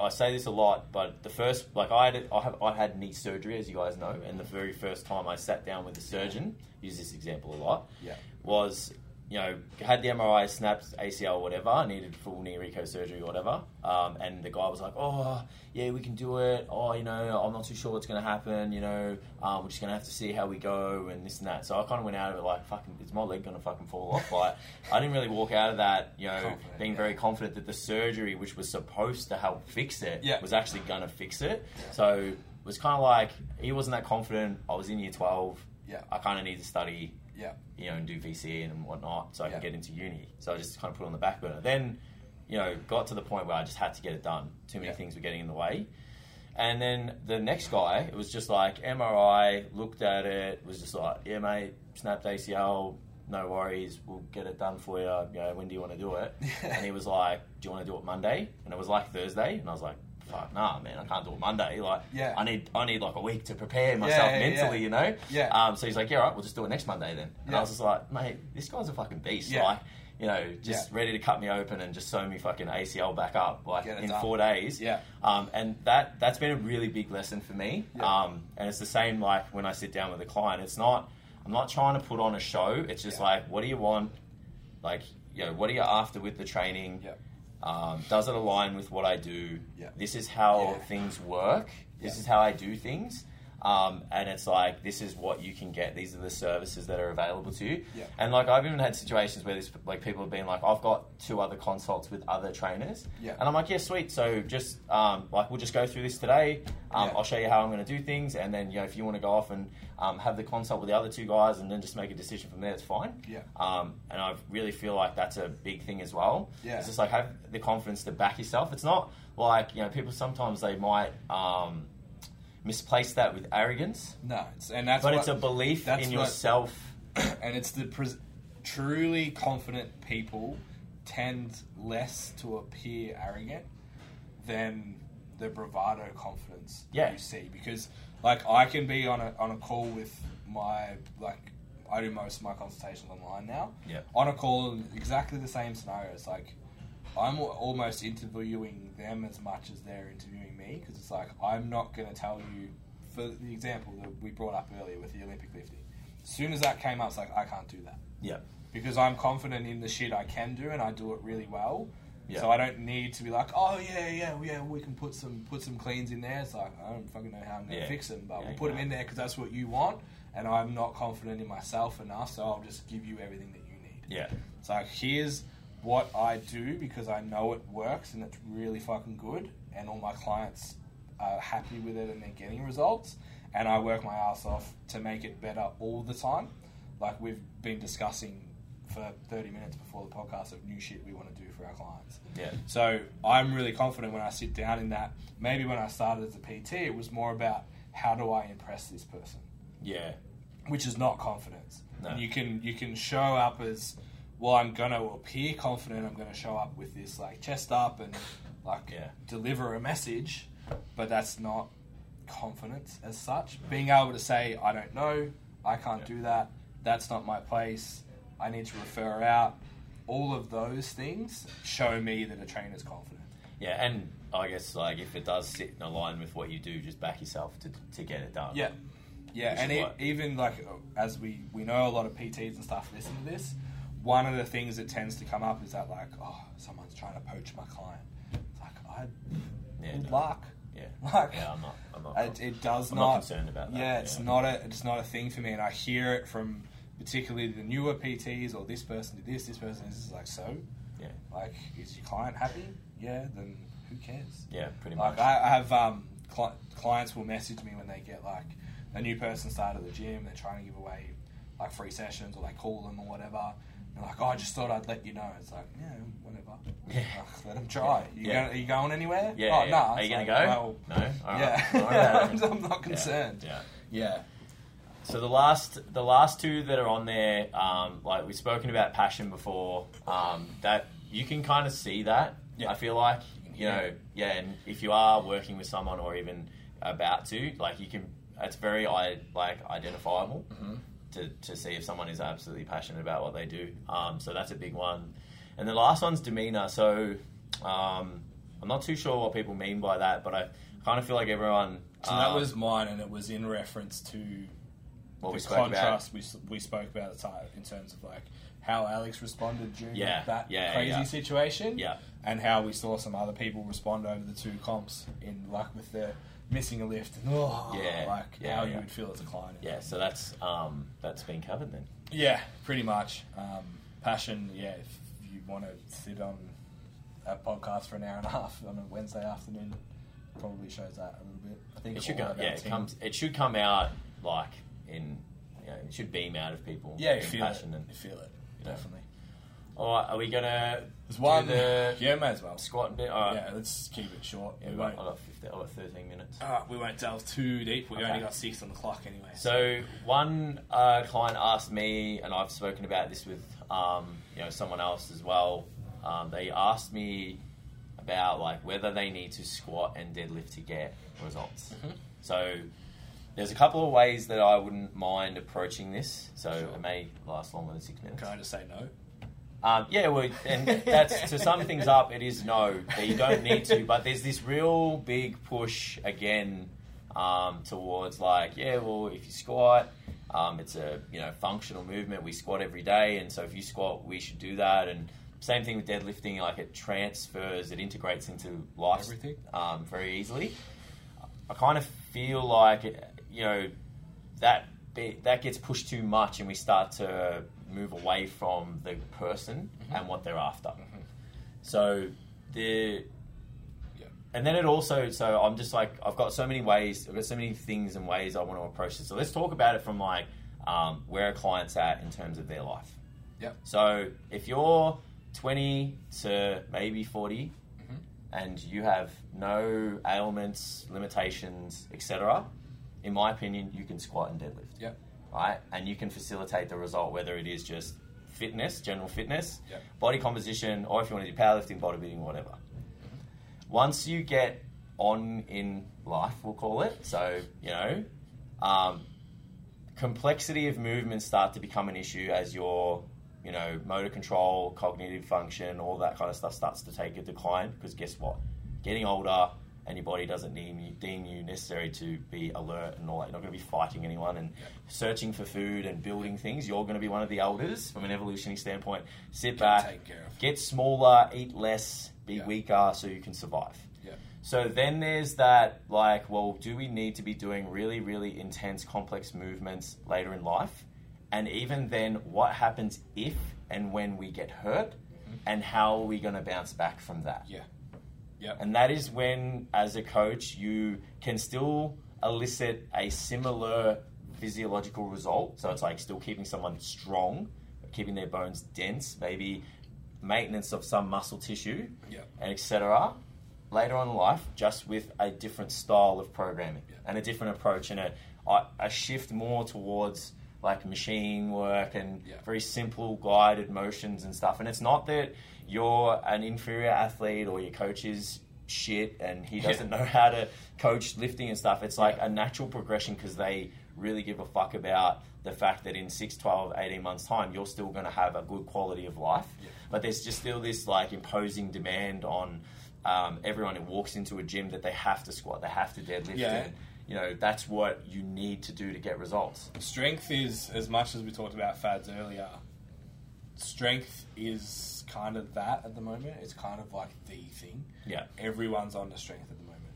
I say this a lot, but the first like I had I have I had knee surgery as you guys know, and the very first time I sat down with a surgeon, use this example a lot yeah was you know had the MRI, snapped ACL, whatever, needed full knee reco surgery, whatever. Um, and the guy was like, "Oh, yeah, we can do it. Oh, you know, I'm not too sure what's going to happen. You know, um, we're just going to have to see how we go and this and that." So I kind of went out of it like, "Fucking, is my leg going to fucking fall off?" Like, I didn't really walk out of that, you know, Confident, being yeah. very confident that the surgery, which was supposed to help fix it, Yeah. was actually going to fix it. Yeah. So it was kind of like he wasn't that confident. I was in year twelve. yeah I kind of need to study yeah you know, and do VCE and whatnot so I Yeah. can get into uni. So I just kind of put it on the back burner. Then, you know, got to the point where I just had to get it done. Too many Yeah. things were getting in the way. And then the next guy, it was just like MRI, looked at it, was just like, yeah, mate, snapped ACL, no worries, we'll get it done for you. You know, when do you want to do it? and he was like, do you want to do it Monday? And it was like Thursday. And I was like, fuck, nah, man, I can't do it Monday. Like, Yeah. I need, I need like a week to prepare myself yeah, yeah. mentally, you know? Yeah. Um, so he's like, yeah, all right, we'll just do it next Monday then. And Yeah. I was just like, mate, this guy's a fucking beast. Yeah. Like, you know, just Yeah. ready to cut me open and just sew me fucking ACL back up like Get it in done. four days. Yeah. Um, and that that's been a really big lesson for me. Yeah. Um, and it's the same like when I sit down with a client. It's not I'm not trying to put on a show. It's just Yeah. like what do you want? Like you know, what are you after with the training? Yeah. Um, does it align with what I do? Yeah. This is how Yeah. things work. This Yeah. is how I do things. Um, and it's like this is what you can get. These are the services that are available to you. Yeah. And like I've even had situations where this like people have been like, I've got two other consults with other trainers. Yeah. And I'm like, yeah, sweet. So just um, like we'll just go through this today. Um, Yeah. I'll show you how I'm going to do things, and then you know if you want to go off and um, have the consult with the other two guys, and then just make a decision from there, it's fine. Yeah. Um, and I really feel like that's a big thing as well. Yeah. It's just like have the confidence to back yourself. It's not like, you know, people sometimes they might um, misplace that with arrogance, No, it's, and that's but what, it's a belief that's in what- yourself. and it's the pres- truly confident people tend less to appear arrogant than the bravado confidence Yeah. you see because like I can be on a on a call with my like I do most of my consultations online now Yeah. on a call in exactly the same scenario it's like I'm al- almost interviewing them as much as they're interviewing me because it's like I'm not going to tell you for the example that we brought up earlier with the Olympic lifting as soon as that came up, it's like I can't do that Yeah. because I'm confident in the shit I can do and I do it really well. Yeah. So I don't need to be like, oh yeah, yeah, yeah, we can put some put some cleans in there. It's like I don't fucking know how I'm gonna Yeah. fix them, but Yeah, we'll put them in exactly. there because that's what you want. And I'm not confident in myself enough, so I'll just give you everything that you need. Yeah. It's like here's what I do because I know it works and it's really fucking good, and all my clients are happy with it and they're getting results. And I work my ass off to make it better all the time. Like we've been discussing for 30 minutes before the podcast of new shit we want to do for our clients. Yeah. So I'm really confident when I sit down in that. Maybe when I started as a PT, it was more about how do I impress this person Yeah. which is not confidence. No. And you can you can show up as well. I'm going to appear confident. I'm going to show up with this like chest up and like Yeah. deliver a message, but that's not confidence as such. Being able to say I don't know, I can't Yeah. do that. That's not my place. I need to refer out. All of those things show me that a trainer's confident. Yeah. And I guess like if it does sit in a line with what you do, just back yourself to, to get it done. Yeah, yeah, Um, Which and is e why- even like uh, as we we know a lot of PTs and stuff listen to this. One of the things that tends to come up is that like, oh, someone's trying to poach my client. It's like I Yeah, good no. luck. Yeah. Like, yeah. I'm not. I'm not. It, it does I'm not not, concerned about that, Yeah, it's yeah. not a it's not a thing for me, and I hear it from particularly the newer PTs or this person did this, this person is like so. yeah. Like, is your client happy? Yeah, then who cares? Yeah. Pretty much. Like I, I have um, cli clients will message me when they get like a new person started at the gym. They're trying to give away like free sessions, or they call them or whatever. They're like, oh, I just thought I'd let you know. It's like, yeah, whatever. Yeah. Like, let them try. You Yeah. going are you going anywhere? yeah. Oh, yeah. no. Are you It's gonna like, go? Well, no. All right. yeah. All right. I'm not concerned. yeah. Yeah. So the last the last two that are on there, um, like we've spoken about passion before, um, that you can kind of see that. Yeah. I feel like you Yeah. know, yeah, and if you are working with someone or even about to, like you can, it's very i- like identifiable Mm-hmm. to, to see if someone is absolutely passionate about what they do. Um, so that's a big one. And the last one's demeanor. So um, I'm not too sure what people mean by that, but I kind of feel like everyone. So that um, was mine, and it was in reference to what we the spoke about. contrast we, s- we spoke about at the time in terms of like how Alex responded during Yeah, that yeah, crazy yeah. situation, Yeah. and how we saw some other people respond over the two comps in like with the missing a lift and oh, Yeah, like yeah, how you yeah. would feel as a client. Yeah, so that's um, that's been covered then. Yeah, pretty much. Um, passion, yeah. If you want to sit on a podcast for an hour and a half on a Wednesday afternoon, probably shows that a little bit. I think It should all go, of our yeah, it team- comes it should come out like in you know, it should beam out of people. Yeah, you in feel it. passion and You feel it Yeah. definitely. all right, are we gonna There's do one. the yeah, may as well. squat bit? All right. Yeah, let's keep it short. Yeah, we, we won't, got, I got 15, I got thirteen minutes. uh, we won't delve too deep. We Okay. only got six on the clock anyway. So one uh, client asked me, and I've spoken about this with um, you know someone else as well. Um, they asked me about like whether they need to squat and deadlift to get results. Mhm. So there's a couple of ways that I wouldn't mind approaching this. So Sure. it may last longer than six minutes. can I just say no? Um, yeah, well, and that's to sum things up. It is no that you don't need to, but there's this real big push again um, towards like, yeah, well, if you squat, um, it's a you know functional movement. We squat every day, and so if you squat, we should do that. And same thing with deadlifting. Like it transfers, it integrates into life Everything. um, very easily. I kind of feel like you know that be, that gets pushed too much, and we start to move away from the person and what they're after. So the Yeah. and then it also so I'm just like I've got so many ways, I've got so many things and ways I want to approach this. So let's talk about it from like um, where a client's at in terms of their life. Yep. So if you're 20 to maybe 40 Mhm. and you have no ailments, limitations, etc., in my opinion, you can squat and deadlift Yep. right? And you can facilitate the result, whether it is just fitness, general fitness, Yep. body composition, or if you want to do powerlifting, bodybuilding, whatever. Once you get on in life, we'll call it, so, you know, um, complexity of movements start to become an issue as your, you know, motor control, cognitive function, all that kind of stuff starts to take a decline because guess what? Getting older and your body doesn't deem you, deem you necessary to be alert and all that. You're not going to be fighting anyone and searching for food and building things. You're going to be one of the elders from an evolutionary standpoint. Sit back, Take care of. get smaller, eat less, be Yeah. weaker so you can survive. Yep. So then there's that, like, well, do we need to be doing really, really intense, complex movements later in life? And even then, what happens if and when we get hurt? And how are we going to bounce back from that? Yeah. Yep. And that is when, as a coach, you can still elicit a similar physiological result. So it's like still keeping someone strong, keeping their bones dense, maybe maintenance of some muscle tissue, Yep. and etc. Later on in life, just with a different style of programming Yeah. and a different approach and a, a a shift more towards like machine work and Yeah. very simple guided motions and stuff. And it's not that you're an inferior athlete or your coach is shit and he Yeah. doesn't know how to coach lifting and stuff. It's like Yeah. a natural progression because they really give a fuck about the fact that in 6, 12, 18 months' time, you're still going to have a good quality of life. Yeah. But there's just still this like imposing demand on um, everyone who walks into a gym that they have to squat, they have to deadlift. Yeah. And, you know, that's what you need to do to get results. Strength is as much as we talked about fads earlier. Strength is kind of that at the moment. It's kind of like the thing. Yeah. Everyone's on to strength at the moment.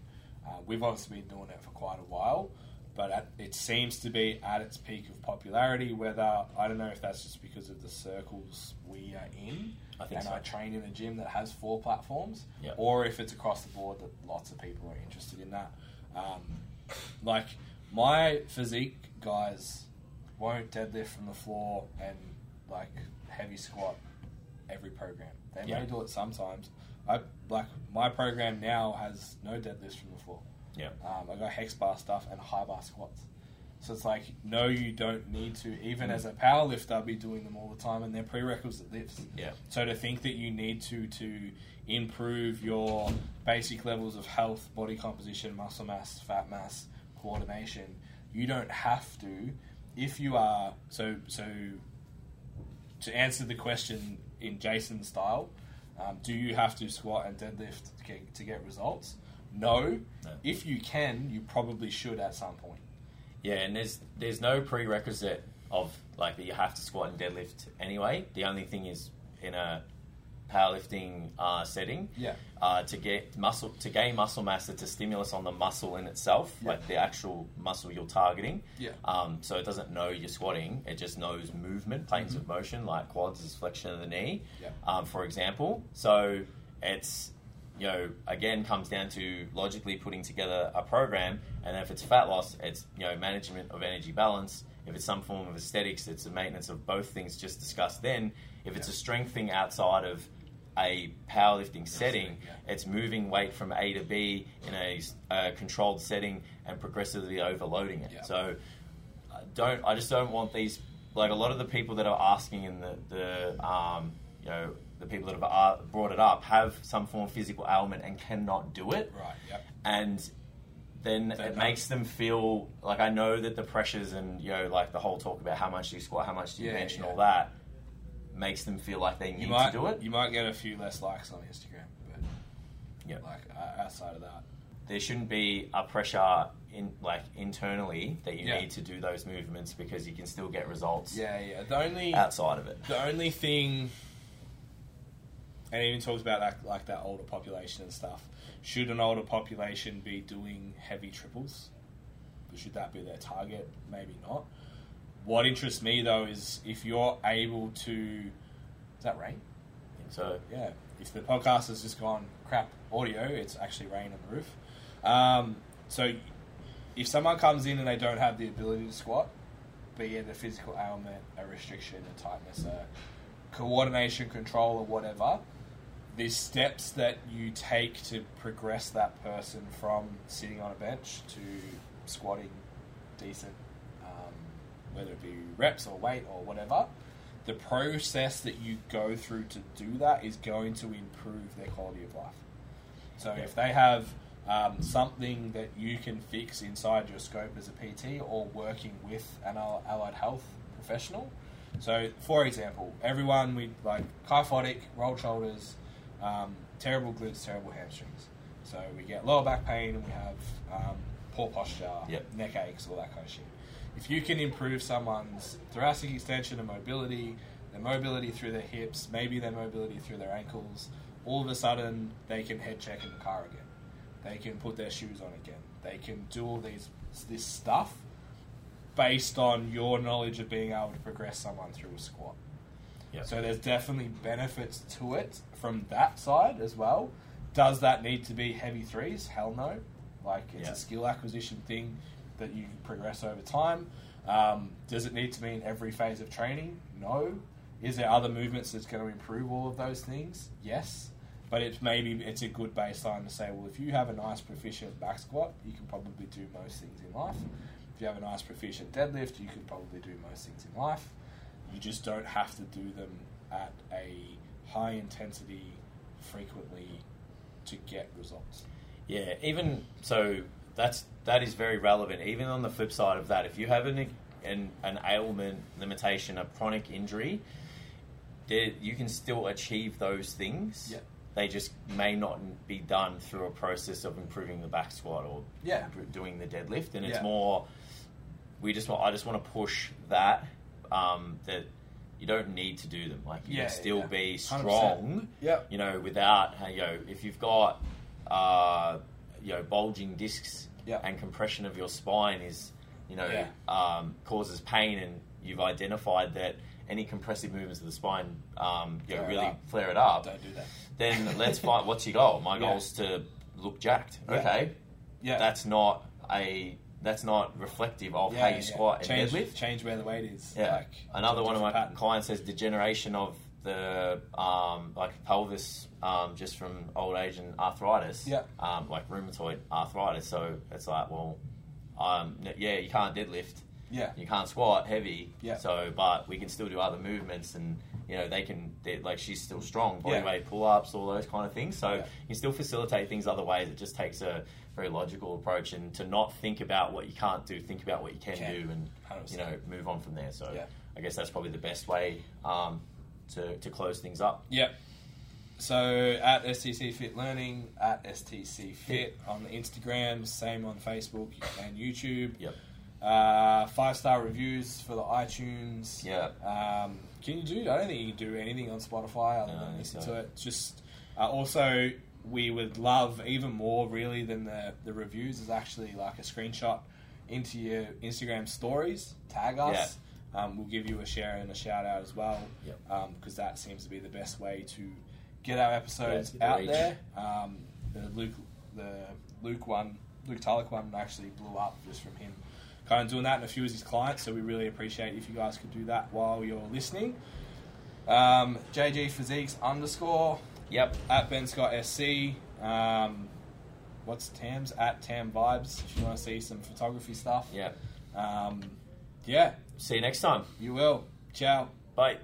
Uh, we've obviously been doing it for quite a while, but at, it seems to be at its peak of popularity. Whether I don't know if that's just because of the circles we are in, I think and so. I train in a gym that has four platforms, Yeah. or if it's across the board that lots of people are interested in that. Um, like my physique guys won't deadlift from the floor and like heavy squat every program. They Yeah. may do it sometimes. I like my program now has no deadlifts from the floor. Yeah. Um, I got hex bar stuff and high bar squats. So it's like no, you don't need to. Even Mm. as a power lifter, be doing them all the time, and they're prerequisite lifts. Yeah. So to think that you need to to improve your basic levels of health, body composition, muscle mass, fat mass, coordination, you don't have to if you are so so to answer the question in Jason's style, um, do you have to squat and deadlift to get, to get results? No. No. If you can, you probably should at some point. Yeah, and there's there's no prerequisite of like that you have to squat and deadlift anyway. The only thing is in a powerlifting uh, setting, Yeah. uh, to get muscle to gain muscle mass, it's a stimulus on the muscle in itself, Yeah. like the actual muscle you're targeting. Yeah. Um, so it doesn't know you're squatting; it just knows movement, planes of motion, like quads is flexion of the knee, Mm-hmm. Yeah. um, for example. So it's you know again comes down to logically putting together a program, and if it's fat loss, it's you know management of energy balance. If it's some form of aesthetics, it's the maintenance of both things just discussed. Then, if it's Yeah. a strength thing outside of a powerlifting setting, yeah. it's moving weight from A to B in a, s- a controlled setting and progressively overloading it. Yeah. So I don't I just don't want these like a lot of the people that are asking and the, the um, you know the people that have uh, brought it up have some form of physical ailment and cannot do it Right. Yep. and then They it don't. makes them feel like I know that the pressures and you know like the whole talk about how much do you squat, how much do you Yeah, bench, and yeah. all that. makes them feel like they need You might to do it. You might get a few less likes on Instagram, but Yeah. like uh, outside of that, there shouldn't be a pressure in like internally that you Yeah. need to do those movements because you can still get results yeah, yeah. The only outside of it. the only thing, and it even talks about that like that older population and stuff. Should an older population be doing heavy triples? Should that be their target? Maybe not. What interests me though is if you're able to. Is that rain? So yeah, if the podcast has just gone crap audio, it's actually rain on the roof. Um, so if someone comes in and they don't have the ability to squat, be it a physical ailment, a restriction, a tightness, a coordination control, or whatever, the steps that you take to progress that person from sitting on a bench to squatting decent, um, whether it be reps or weight or whatever, the process that you go through to do that is going to improve their quality of life. So if they have um, something that you can fix inside your scope as a PT or working with an al- allied health professional. So, for example, everyone with like kyphotic, rolled shoulders, um, terrible glutes, terrible hamstrings. So we get lower back pain and we have um, poor posture, Yep. neck aches, all that kind of shit. If you can improve someone's thoracic extension and mobility, their mobility through their hips, maybe their mobility through their ankles, all of a sudden they can head check in the car again. They can put their shoes on again. They can do all these this stuff based on your knowledge of being able to progress someone through a squat. yeah, So there's definitely benefits to it from that side as well. Does that need to be heavy threes? Hell no. Like it's Yeah. a skill acquisition thing that you progress over time. Um, does it need to be in every phase of training? No. Is there other movements that's going to improve all of those things? Yes. But it's maybe it's a good baseline to say, well, if you have a nice proficient back squat, you can probably do most things in life. If you have a nice proficient deadlift, you can probably do most things in life. You just don't have to do them at a high intensity frequently to get results. yeah. Even so, that's that is very relevant. Even on the flip side of that, if you have an an, an ailment, limitation, a chronic injury, there, you can still achieve those things. Yeah. They just may not be done through a process of improving the back squat or Yeah. doing the deadlift, and it's Yeah. more. We just want. I just want to push that um, that you don't need to do them. Like you Yeah, can still yeah. be 100%. strong. Yep. You know, without hey, you know, if you've got uh, you know bulging discs Yeah. and compression of your spine is you know Yeah. um, causes pain, and you've identified that any compressive movements of the spine um, you know, Flare it really up. flare it up. Don't do that. Then let's find what's your goal. My Yeah. goal's to look jacked. Yeah. Okay, Yeah. that's not a that's not reflective of Yeah, how yeah. you squat change, and deadlift. Change where the weight is. Yeah. Like, Another it's a one of my different pattern. clients says degeneration of the um, like pelvis um, just from old age and arthritis. Yeah. Um, like rheumatoid arthritis. So it's like, well, um, n- yeah, you can't deadlift, Yeah. you can't squat heavy. Yeah. So, but we can still do other movements, and you know they can they're- like she's still strong body Yeah. weight pull ups, all those kind of things. So Yeah. you can still facilitate things other ways. It just takes a very logical approach and to not think about what you can't do, think about what you can, Can. do, and 100%. you know move on from there. So Yeah. I guess that's probably the best way um, to, to close things up. Yep. So at STC Fit Learning, at STC Fit on the Instagram, same on Facebook and YouTube. Yep. Uh, five star reviews for the iTunes. Yeah. Um, can you do? I don't think you can do anything on Spotify other No, than I listen think to so. it. Just uh, also, we would love even more really than the the reviews is actually like a screenshot into your Instagram stories. Tag us. Um, we'll give you a share and a shout out as well Yep. because that seems to be the best way to get our Yeah, episodes get the out reach. there. Um, the Luke, the Luke one, Luke Tulloch one actually blew up just from him kind of doing that and a few of his clients. So we really appreciate if you guys could do that while you're listening. Um, JG Physiques underscore Yep. at Ben Scott SC. Um, what's Tam's at Tam Vibes? If you want to see some photography stuff, Yep. Um, yeah, See you next time. you will. Ciao. Bye.